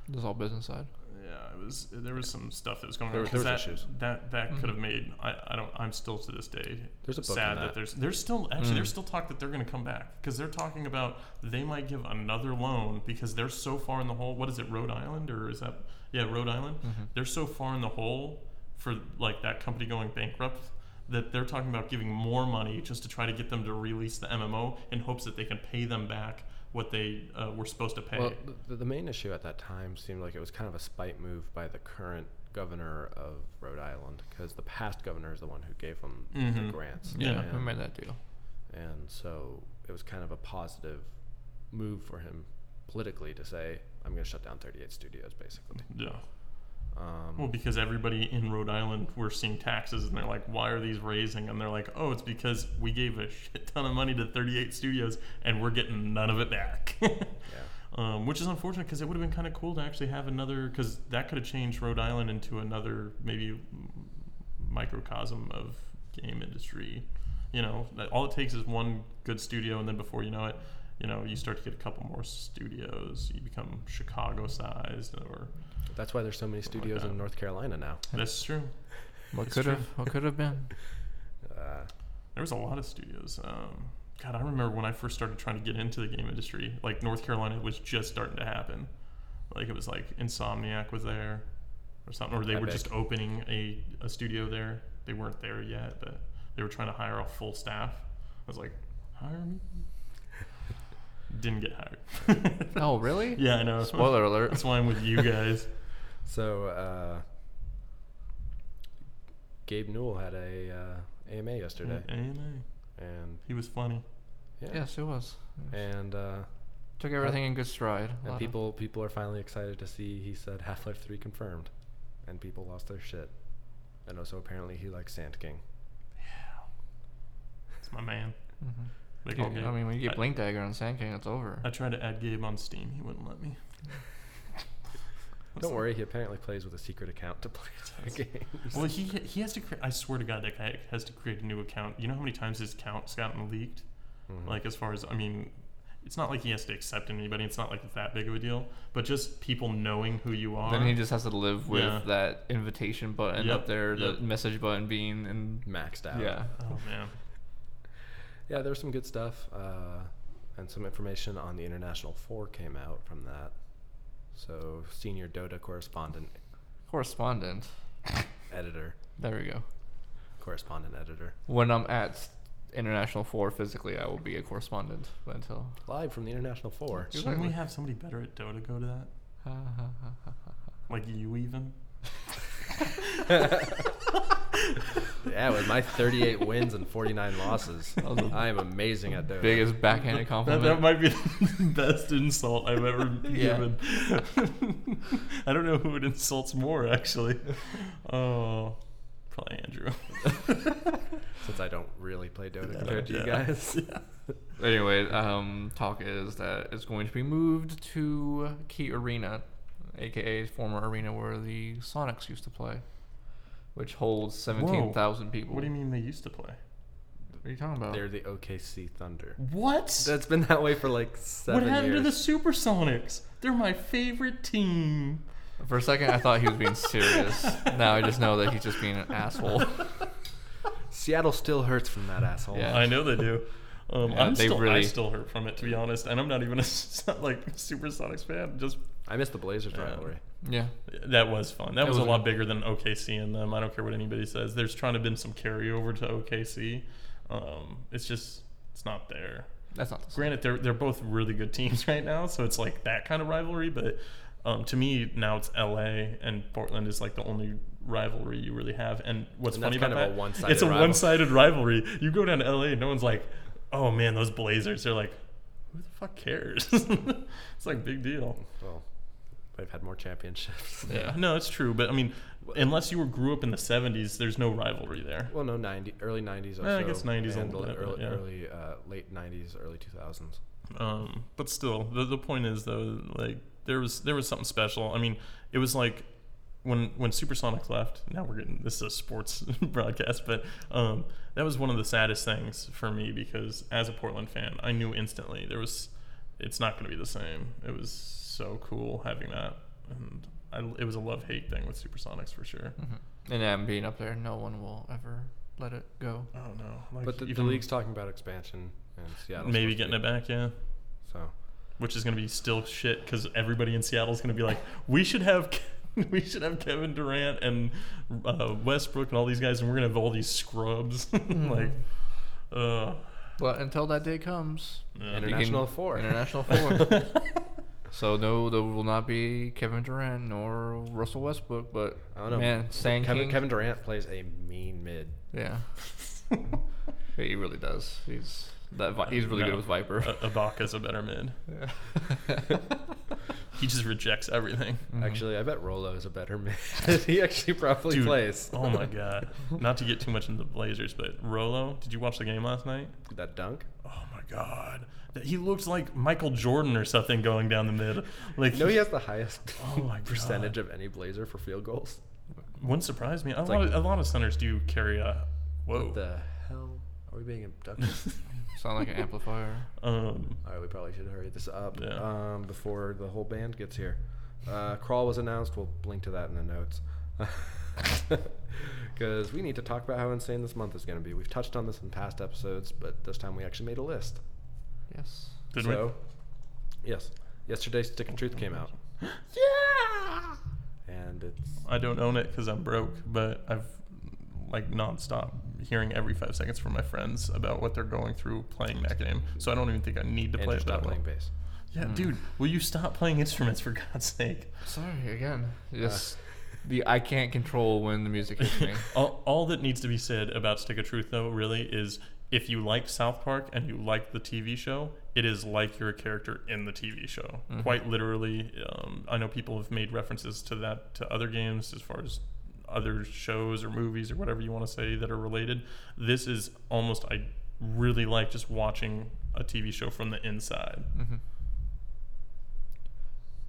B: This is all business side.
C: yeah, it was there was some stuff that was going
A: There
C: on.
A: was-
C: 'cause
A: there
C: that,
A: was issues.
C: that that could have
B: Mhm.
C: made. I, I don't. I'm still to this day
A: There's a book
C: sad
A: on
C: that.
A: that.
C: there's there's still actually
B: Mm.
C: there's still talk that they're going to come back because they're talking about they might give another loan because they're so far in the hole. What is it, Rhode Island or is that yeah Rhode Island?
B: Mhm.
C: They're so far in the hole for like that company going bankrupt that they're talking about giving more money just to try to get them to release the MMO in hopes that they can pay them back what they uh, were supposed to pay.
A: Well, the, the main issue at that time seemed like it was kind of a spite move by the current governor of Rhode Island, because the past governor is the one who gave them
C: Mhm.
A: the grants.
C: Yeah.
B: we
A: and,
B: made that deal.
A: and so it was kind of a positive move for him politically to say, "I'm going to shut down 38 studios," basically.
C: yeah.
A: Um,
C: Well, because everybody in Rhode Island were seeing taxes and they're like, why are these raising? And they're like, oh, it's because we gave a shit ton of money to 38 studios and we're getting none of it back. (laughs)
A: yeah.
C: um, which is unfortunate because it would have been kind of cool to actually have another, because that could have changed Rhode Island into another maybe microcosm of game industry. You know, that all it takes is one good studio, and then before you know it, you know, you start to get a couple more studios. You become Chicago sized, or
A: That's why there's so many studios
C: God.
A: in North Carolina now.
C: that's true.
B: What
C: It's
B: could
C: true.
B: have? What could have
C: (laughs)
B: been?
A: Uh,
C: There was a lot of studios. Um, God, I remember when I first started trying to get into the game industry. Like North Carolina was just starting to happen. Like it was like Insomniac was there, or something, or they were
A: Epic.
C: just opening a, a studio there. They weren't there yet, but they were trying to hire a full staff. I was like, hire
B: (laughs)
C: me. Didn't get hired.
B: Oh, really?
C: yeah, I know. (laughs)
B: Spoiler alert.
C: That's why I'm with you
B: (laughs)
C: guys.
A: So uh, Gabe Newell had a uh, AMA yesterday,
C: AMA.
A: and
C: He was funny.
A: (laughs) yeah,
B: Yes, it was.
A: and uh,
B: Took everything in good stride. A lot
A: and
B: of-
A: people people are finally excited to see. He said Half Life Three confirmed, and people lost their shit, and also apparently he likes Sand King.
C: It's my man.
B: Mhm.
C: They
B: You-
C: call Gabe.
B: I mean, when you
C: I-
B: get Blink Dagger and Sand King, it's over.
C: I tried to add Gabe on Steam. He wouldn't let me.
A: Don't worry, he apparently plays with a secret account to play (laughs) the games.
C: Well, he he has to. Cre- I swear to God, that guy has to create a new account. You know how many times his account's gotten leaked?
B: Mm-hmm.
A: Mhm.
C: Like, as far as I mean, it's not like he has to accept anybody. It's not like it's that big of a deal. But just people knowing who you are.
B: Then he just has to live with
C: Yeah.
B: that invitation button
C: Yep,
B: up there,
C: yep.
B: the message button being in.
A: maxed out.
B: Yeah.
C: oh man.
A: yeah. There was some good stuff, uh, and some information on the International Four came out from that. So senior Dota correspondent
B: Correspondent.
A: editor,
B: There we go.
A: correspondent editor,
B: When I'm at International 4 physically, I will be a correspondent. But until.
A: live from the International
C: (laughs)
A: Four.
B: You're
C: Shouldn't we
B: like-
C: have somebody better at Dota go to that? Like you even?
A: Yeah, with my 38 wins and 49
C: (laughs)
A: losses,
B: That was the
A: I am amazing at Dota.
B: Biggest backhanded
C: That,
B: compliment.
C: that might be (laughs) the best insult
B: (laughs)
C: I've ever given. (laughs) I don't know who it insults more,
B: (laughs)
C: actually. Oh, probably Andrew.
A: Since I don't really play Dota
C: Yeah.
A: compared to you
C: (laughs) Yeah.
A: guys.
B: Anyway, um, talk is that it's going to be moved to Key Arena, aka former arena where the Sonics used to play, which holds seventeen thousand (laughs) people.
C: What do you mean they used to play?
B: What are you talking about?
A: They're the OKC Thunder.
C: What?
A: That's been that way for like seven
C: what happened
A: years.
C: to the Supersonics? They're my favorite team.
B: For a second, I thought he was being (laughs) serious. Now I just know that he's just being an (laughs) asshole.
A: Seattle still hurts from that asshole.
B: Yeah.
C: I know
B: (laughs)
C: they do. Um,
B: Yeah,
C: I'm
B: they
C: still, I
B: really-
C: still hurt from it, to be honest. And I'm not even a (laughs) s- like Supersonics fan. Just
A: I miss the Blazers
C: Yeah.
A: rivalry.
B: Yeah.
C: that was fun. That
B: It
C: was,
B: was
C: a lot
B: a-
C: bigger than OKC and them. I don't care what anybody says. There's trying to been some carryover to OKC. Um, it's just it's not there.
B: That's not the same.
C: Granted, they're they're both really good teams (laughs) right now, so it's like that kind of rivalry. But um, to me now, it's LA and Portland is like the only rivalry you really have. And what's
A: And that's
C: funny about
A: kind of a
C: that?
A: one-sided
C: it's a
A: rival-
C: one-sided rivalry. You go down to LA, and no one's like, "Oh man, those Blazers." They're like, "Who the fuck cares?" (laughs) it's like big deal.
A: Well, they've had more
C: (laughs)
A: championships.
B: Yeah.
A: (laughs)
C: No, it's true, but I mean, unless you were grew up in the '70s, there's no rivalry there.
A: Well, no, 90, early 90s. Also,
C: Eh, I guess 90s a
A: and
C: little bit,
A: early,
C: yeah.
A: early uh, late 90s, early 2000s.
C: Um, but still, the the point is though, like there was there was something special. I mean, it was like when when Supersonics left. Now we're getting this is a sports (laughs) broadcast, but um, that was one of the saddest things for me because as a Portland fan, I knew instantly there was it's not going to be the same. It was so cool having that, and I, it was a love hate thing with Supersonics for sure.
B: Mhm. And them being up there, no one will ever let it (laughs) go.
C: Oh no! Like,
A: but the, the
C: even
A: league's talking about expansion and Seattle's
C: maybe
A: supposed to
C: getting
A: be-
C: it back, yeah.
A: So
C: which is going to be still shit because everybody in Seattle is going to be like, we should have, (laughs) we should have Kevin Durant and uh, Westbrook and all these guys, and we're going to have all these scrubs. (laughs)
A: Mm-hmm.
C: like, uh,
B: But until that day comes,
C: yeah.
B: you can-
A: International four.
B: (laughs) International four. so no, there will not be Kevin Durant nor Russell Westbrook. But
A: I don't know.
B: man, Stan
A: Kevin,
B: King-
A: Kevin Durant plays a mean mid.
C: (laughs)
B: Yeah. yeah, he really does. He's that. Vi- he's really
C: No.
B: good with Viper.
C: Uh, Ibaka's
B: (laughs)
C: a better mid.
B: Yeah. (laughs)
C: He just
A: (laughs)
C: rejects everything.
B: Mhm.
A: Actually, I bet Rolo is a better (laughs) mid. he actually probably
C: Dude,
A: plays.
C: oh
A: (laughs)
C: my god! Not to get too much into the Blazers, but Rolo, did you watch the game last night?
A: that dunk?
C: Oh my god! He looked like Michael Jordan or something going down the mid. Like,
A: You know he has the highest
C: Oh
A: (laughs)
C: my
A: percentage
C: God.
A: of any Blazer for field goals.
C: Wouldn't surprise me. A lot,
A: like-
C: of, a lot of centers do carry a whoa.
A: What
C: (laughs)
A: the hell are we being abducted?
B: sound like an amplifier.
C: um,
A: All right, we probably should hurry this up
C: Yeah.
A: um, before the whole band gets here. Uh, Crawl was announced. We'll link to that in the notes. (laughs) Because we need to talk about how insane this month is going to be. We've touched on this in past episodes, but this time we actually made a list.
B: Yes.
C: did
A: so, yes, yesterday Stick and Truth came out,
C: we? Yeah.
A: and it's
C: I don't own it because I'm broke, but I've like nonstop hearing every five seconds from my friends about what they're going through playing that game. So I don't even think I need to
A: and
C: play it
A: just
C: that
A: not
C: well.
A: playing Hmm. bass.
C: Yeah, dude, will you stop playing instruments for God's sake?
B: Sorry again. Yes. the I can't control when the music hits
C: (laughs)
B: me. Oh.
C: all, all that needs to be said about Stick of Truth, though, really, is if you like South Park and you like the TV show, it is like you're a character in the TV show.
B: Mm-hmm.
C: Quite literally, um, I know people have made references to that to other games as far as other shows or movies or whatever you want to say that are related. This is almost, I really like just watching a TV show from the inside.
B: Mm-hmm.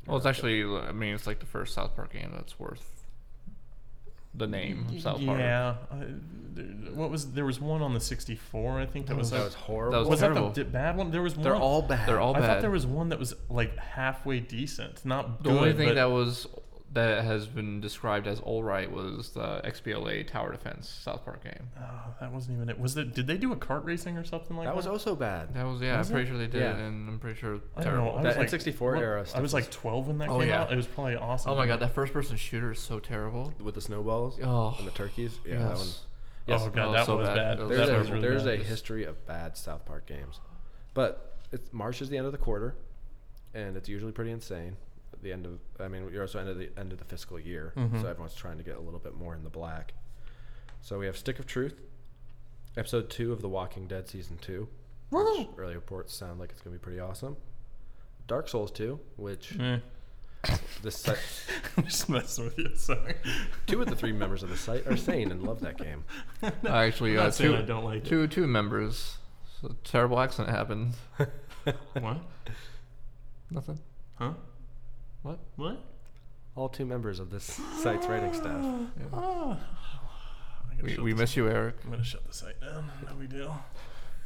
B: Well, it's actually. I mean, it's like the first South Park game that's worth the name South Park.
C: Yeah. I, there, what was, there was one on the 64, I think, that was,
A: That
C: like-
A: was horrible.
B: Oh, That was
C: was that the
B: terrible.
C: d- bad one? There was
A: They're
C: one.
A: all bad.
B: They're all
C: I
B: bad.
C: thought there was one that was like halfway decent, not
B: the
C: good.
B: only thing
C: but
B: that was that has been described as all right was the XBLA Tower Defense South Park game.
C: Oh, that wasn't even it. Was that? Did they do a kart racing or something like that?
A: that was also bad.
B: That was yeah.
C: Was
B: I'm
C: it?
B: pretty sure they did,
A: Yeah.
B: and I'm pretty sure
C: I don't know.
B: terrible.
C: I
A: That
C: was like,
A: N64
C: what-
A: era
C: I
A: stuff
C: was
A: was-
C: like 12 when that
B: Oh,
C: came
B: yeah.
C: out. It was probably awesome.
B: oh my god, that first person shooter is so terrible.
A: With the snowballs
B: Oh,
A: and the turkeys. Yeah, that one.
B: yes.
A: Yes.
C: Oh god,
B: Oh,
C: that
B: so
C: was
B: bad.
C: bad.
B: That was
A: There's
C: That
A: a,
C: was really
A: there's
C: bad.
A: a history of bad South Park games, but it's March is the end of the quarter, and it's usually pretty insane. At the end of, I mean, you're also end of the end of the fiscal year, so everyone's trying to get a little bit more in the black. So we have Stick of Truth, episode two of The Walking Dead season two, which early reports sound like it's gonna be pretty awesome. Dark Souls two, which
C: Eh,
A: this site,
C: (laughs) I'm just messing with you. Sorry.
A: two of the three members of the site are sane and love that game.
B: (laughs) I actually,
C: I'm not
B: uh,
C: saying
B: two,
C: I don't like it.
B: two, two members. So terrible accident happened.
C: (laughs) What?
B: Nothing.
C: Huh?
B: What?
C: What?
A: All two members of this site's writing staff.
C: Oh. (sighs) I gotta
B: We,
C: shut
B: we
C: this-
B: miss you, Eric.
C: I'm gonna shut the site down. No big deal.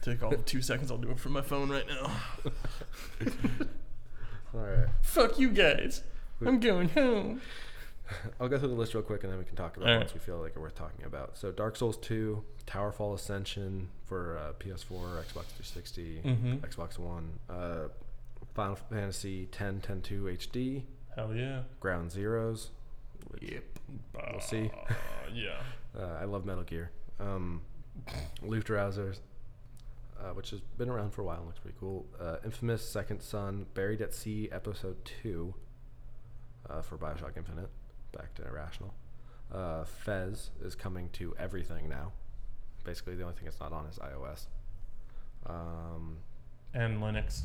C: Take all the two seconds. I'll do it from my phone right now.
A: All right.
C: Fuck you guys. I'm going home.
A: I'll go through the list real quick and then we can talk about
C: All right.
A: ones we feel like are worth talking about. So Dark Souls 2, Towerfall Ascension for uh, PS4, Xbox 360,
C: Mm-hmm.
A: Xbox One, uh, Final Fantasy 10, 10 2 HD,
C: Hell yeah.
A: Ground Zeroes. which-
B: Yep.
A: We'll see.
C: Uh, (laughs) yeah.
A: Uh, I love Metal Gear. Um, Luftrausers, uh, which has been around for a while and looks pretty cool. Uh, Infamous Second Son, Buried at Sea, Episode 2 uh, for Bioshock Infinite. Back to Irrational. Uh, Fez is coming to everything now. Basically, the only thing it's not on is iOS um,
C: And Linux.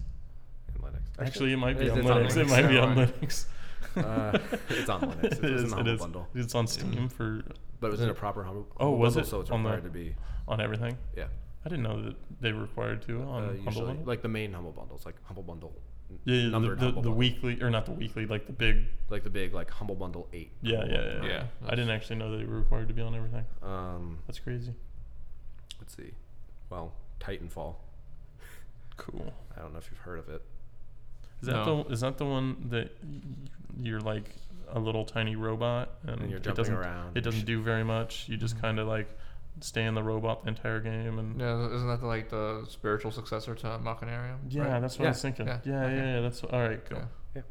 A: and Linux.
C: Actually, it might be
A: it's-
C: on
A: it's on
C: Linux.
A: Linux,
C: It might be
A: never
C: on
A: mind.
C: Linux.
A: Uh, it's on Linux. It's-
C: (laughs) It
A: it's in the
C: is, it
A: Humble
C: is.
A: Bundle.
C: It's on Steam for
A: but it was in a proper Humble
C: Oh,
A: Humble
C: was
A: Bundle,
C: it?
A: So it's
C: On the-
A: required to be.
C: on everything.
A: Yeah.
C: I didn't know that they were required to on
A: uh,
C: Oh, Humble
A: usually,
C: Bundle.
A: like the main humble bundles, like humble bundle, n-
C: yeah, yeah, the,
A: numbered
C: the,
A: Humble
C: the
A: Bundle.
C: weekly or not the weekly, like the big.
A: like the big like humble bundle eight.
C: Yeah,
A: Humble
C: yeah, yeah.
A: Bundle.
B: Yeah,
C: I didn't actually know they were required to be on everything.
A: Um,
C: That's crazy.
A: let's see. Well, Titanfall.
C: Cool.
A: I don't know if you've heard of it.
C: Is that
B: No.
C: the is that the one that y- you're like a little tiny robot and,
A: And you're
C: it
A: jumping
C: doesn't
A: around.
C: it doesn't do very much. You just
B: Mhm.
C: kind of like stay in the robot the entire game and
B: No, isn't that the, like the spiritual successor to Machinarium?
C: yeah, that's what I
A: Yeah.
C: was thinking. Yeah,
B: Yeah.
C: yeah,
B: Okay.
C: yeah. That's all right. Cool.
B: Yeah.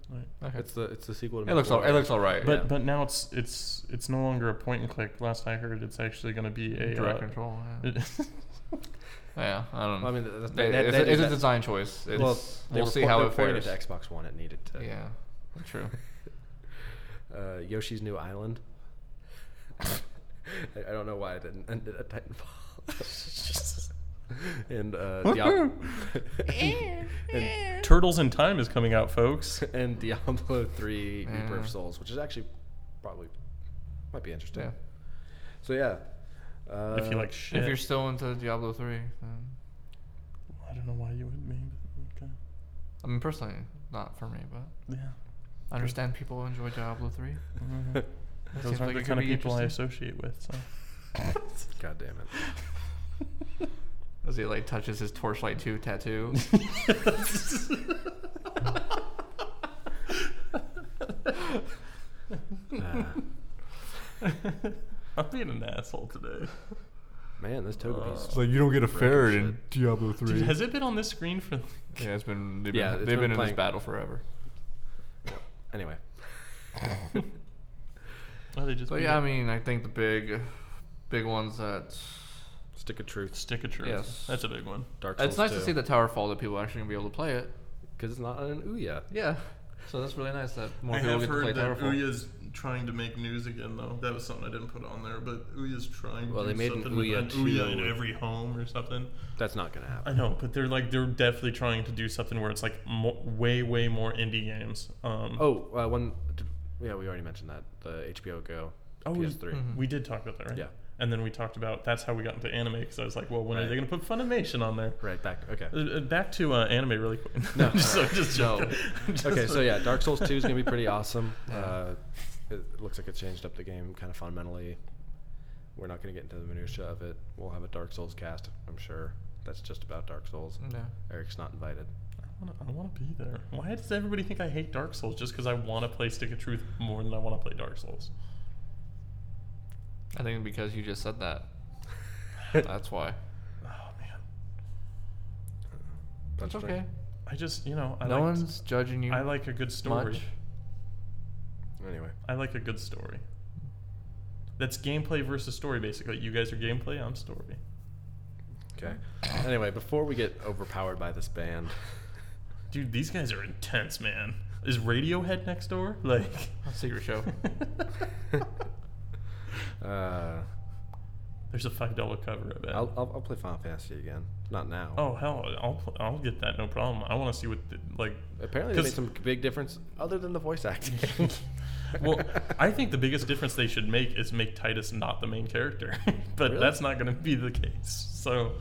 B: Okay.
A: It's the it's the sequel. to
B: it looks all. It
A: Mandalorian.
B: looks all right.
C: But
B: yeah.
C: but now it's it's it's no longer a point and click. Last I heard, it's actually going to be a
B: direct
C: uh,
B: control.
C: (laughs)
B: Yeah.
C: it-
B: yeah, I don't know.
A: Well, I mean, th- th-
B: They-
A: that-
B: it's
A: that
B: a, it's
A: is
B: a
A: that-
B: design choice. It's,
A: well, they
B: we'll
A: were
B: see
A: po-
B: how
A: they
B: it
A: pointed
B: fares.
A: it to Xbox One. It needed to.
B: Yeah, true.
A: (laughs) Uh, Yoshi's New Island. (laughs) I, I don't know why I didn't end it at Titanfall. (laughs) and uh, Diablo. (laughs) and,
C: Turtles in Time is coming out, (laughs) folks.
A: and Diablo 3 Reaper
B: Yeah.
A: of Souls, which is actually probably might be interesting.
B: Yeah.
A: So yeah. Uh,
C: if you like shit,
B: If you're still into Diablo three, then
C: I don't know why you would be. but Okay.
B: I mean, personally, not for me, but
C: (laughs) Yeah.
B: I understand people enjoy Diablo three.
C: Mhm.
B: That
C: Those
B: seems like
C: aren't the
B: it could
C: kind of
B: be
C: people I
B: interesting.
C: associate with. So.
A: uh, God damn it.
B: As he like touches his torchlight two
C: (laughs)
B: tattoo.
C: (laughs)
A: Ah,
C: I'm being an asshole today.
A: man, this toga piece.
D: It's like you don't get a
A: Wrecking
D: ferret in
A: shit.
D: Diablo 3.
C: Uh, Dude, has it been on this screen for? (laughs)
B: yeah, it's been. They've been,
A: Yeah, it's
B: they've
A: been
B: been, in this
A: playing-
B: battle forever.
A: Anyway,
C: Oh, they just.
B: But
C: beat
B: yeah, I
C: it.
B: mean, I think the big, big ones that.
A: stick of truth.
C: stick of truth.
B: Yes.
C: that's a big one.
A: Dark Souls.
B: It's nice to see the tower fall that people are actually gonna be able to play it.
A: because it's not on an Ouya.
B: Yeah. So that's really nice that more
C: I
B: people
C: have
B: get to play
C: heard that
B: Towerfall. (laughs)
C: Ouya's trying to make news again, though. That was something I didn't put on there, but Ouya's trying. to
A: Well,
C: do
A: they made an
C: something with
A: Ouya
C: an Ouya in
A: too.
C: every home or something.
A: That's not gonna happen.
C: I know, but they're like they're definitely trying to do something where it's like mo- way way more indie games. Um,
A: Oh, uh, one. d- Yeah, we already mentioned that the HBO Go
C: Oh, we-
A: PS3.
D: Mm-hmm.
B: mhm.
C: we did talk about that, right?
A: Yeah.
C: And then we talked about that's how we got into anime because I was like, well, when are
A: Right.
C: they going to put Funimation on there?
A: Right back. Okay.
C: Uh, uh, back to uh, anime really quick. (laughs)
A: No,
C: just,
A: alright.
C: just
B: No. (laughs)
C: joking.
A: (laughs)
C: Just-
A: Okay, so yeah, Dark Souls 2 is gonna be pretty
C: (laughs)
A: awesome.
B: Yeah.
A: Uh, it looks like it changed up the game kind of fundamentally. We're not gonna get into the minutia of it. We'll have a Dark Souls cast, I'm sure. That's just about Dark Souls.
B: Yeah.
A: Eric's not
C: (laughs)
A: invited.
C: I wanna- I want to be there. Why does everybody think I hate Dark Souls just because I want to play Stick of Truth more than I want to play Dark Souls?
B: I think because you just said that. That's why.
C: Oh man,
B: That's
A: Punch
B: okay.
A: drink.
C: I just you know I
B: no
C: like
B: one's judging you.
C: I like a good story.
B: much.
A: Anyway,
C: I like a good story. That's gameplay versus story, basically. You guys are gameplay, I'm story.
A: okay. Anyway, before we get overpowered by this
C: (laughs)
A: band,
C: Dude, these guys are intense, man. Is Radiohead next door? (laughs) Like,
B: A secret show.
A: uh,
C: (laughs) there's a five dollar cover of it.
A: I'll, I'll, I'll play Final Fantasy again. Not now.
C: oh hell, I'll pl- I'll get that no problem. I want to see what the, like.
A: Apparently, they made
C: 'Cause-
A: some big difference other than the voice acting.
C: (laughs) Well, I think the biggest difference they should make is make Titus not the main character, (laughs) but
A: Really?
C: that's not going to be the case. So,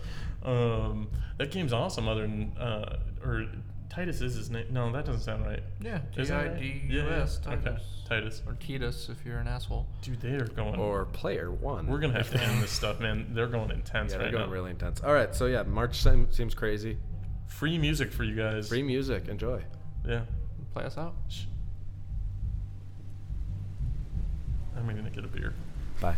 C: um, that game's awesome. Other than uh, or Titus is his name. No, that doesn't sound right.
B: yeah. T
C: Is that
B: I
C: right?
B: D
C: Yeah,
B: U
C: yeah.
B: S.
C: Okay, Titus.
B: Or Titus if you're an asshole.
C: Dude, they are going.
A: or player one.
C: we're gonna have to
A: (laughs)
C: end this stuff, man. They're going intense
A: Yeah,
C: right
A: they're going
C: now.
A: really intense. All right, so yeah, March seem- seems crazy.
C: Free music for you guys.
A: Free music, enjoy.
C: yeah.
B: Play us out.
C: Sh- I'm gonna get a beer. (laughs)
A: Bye.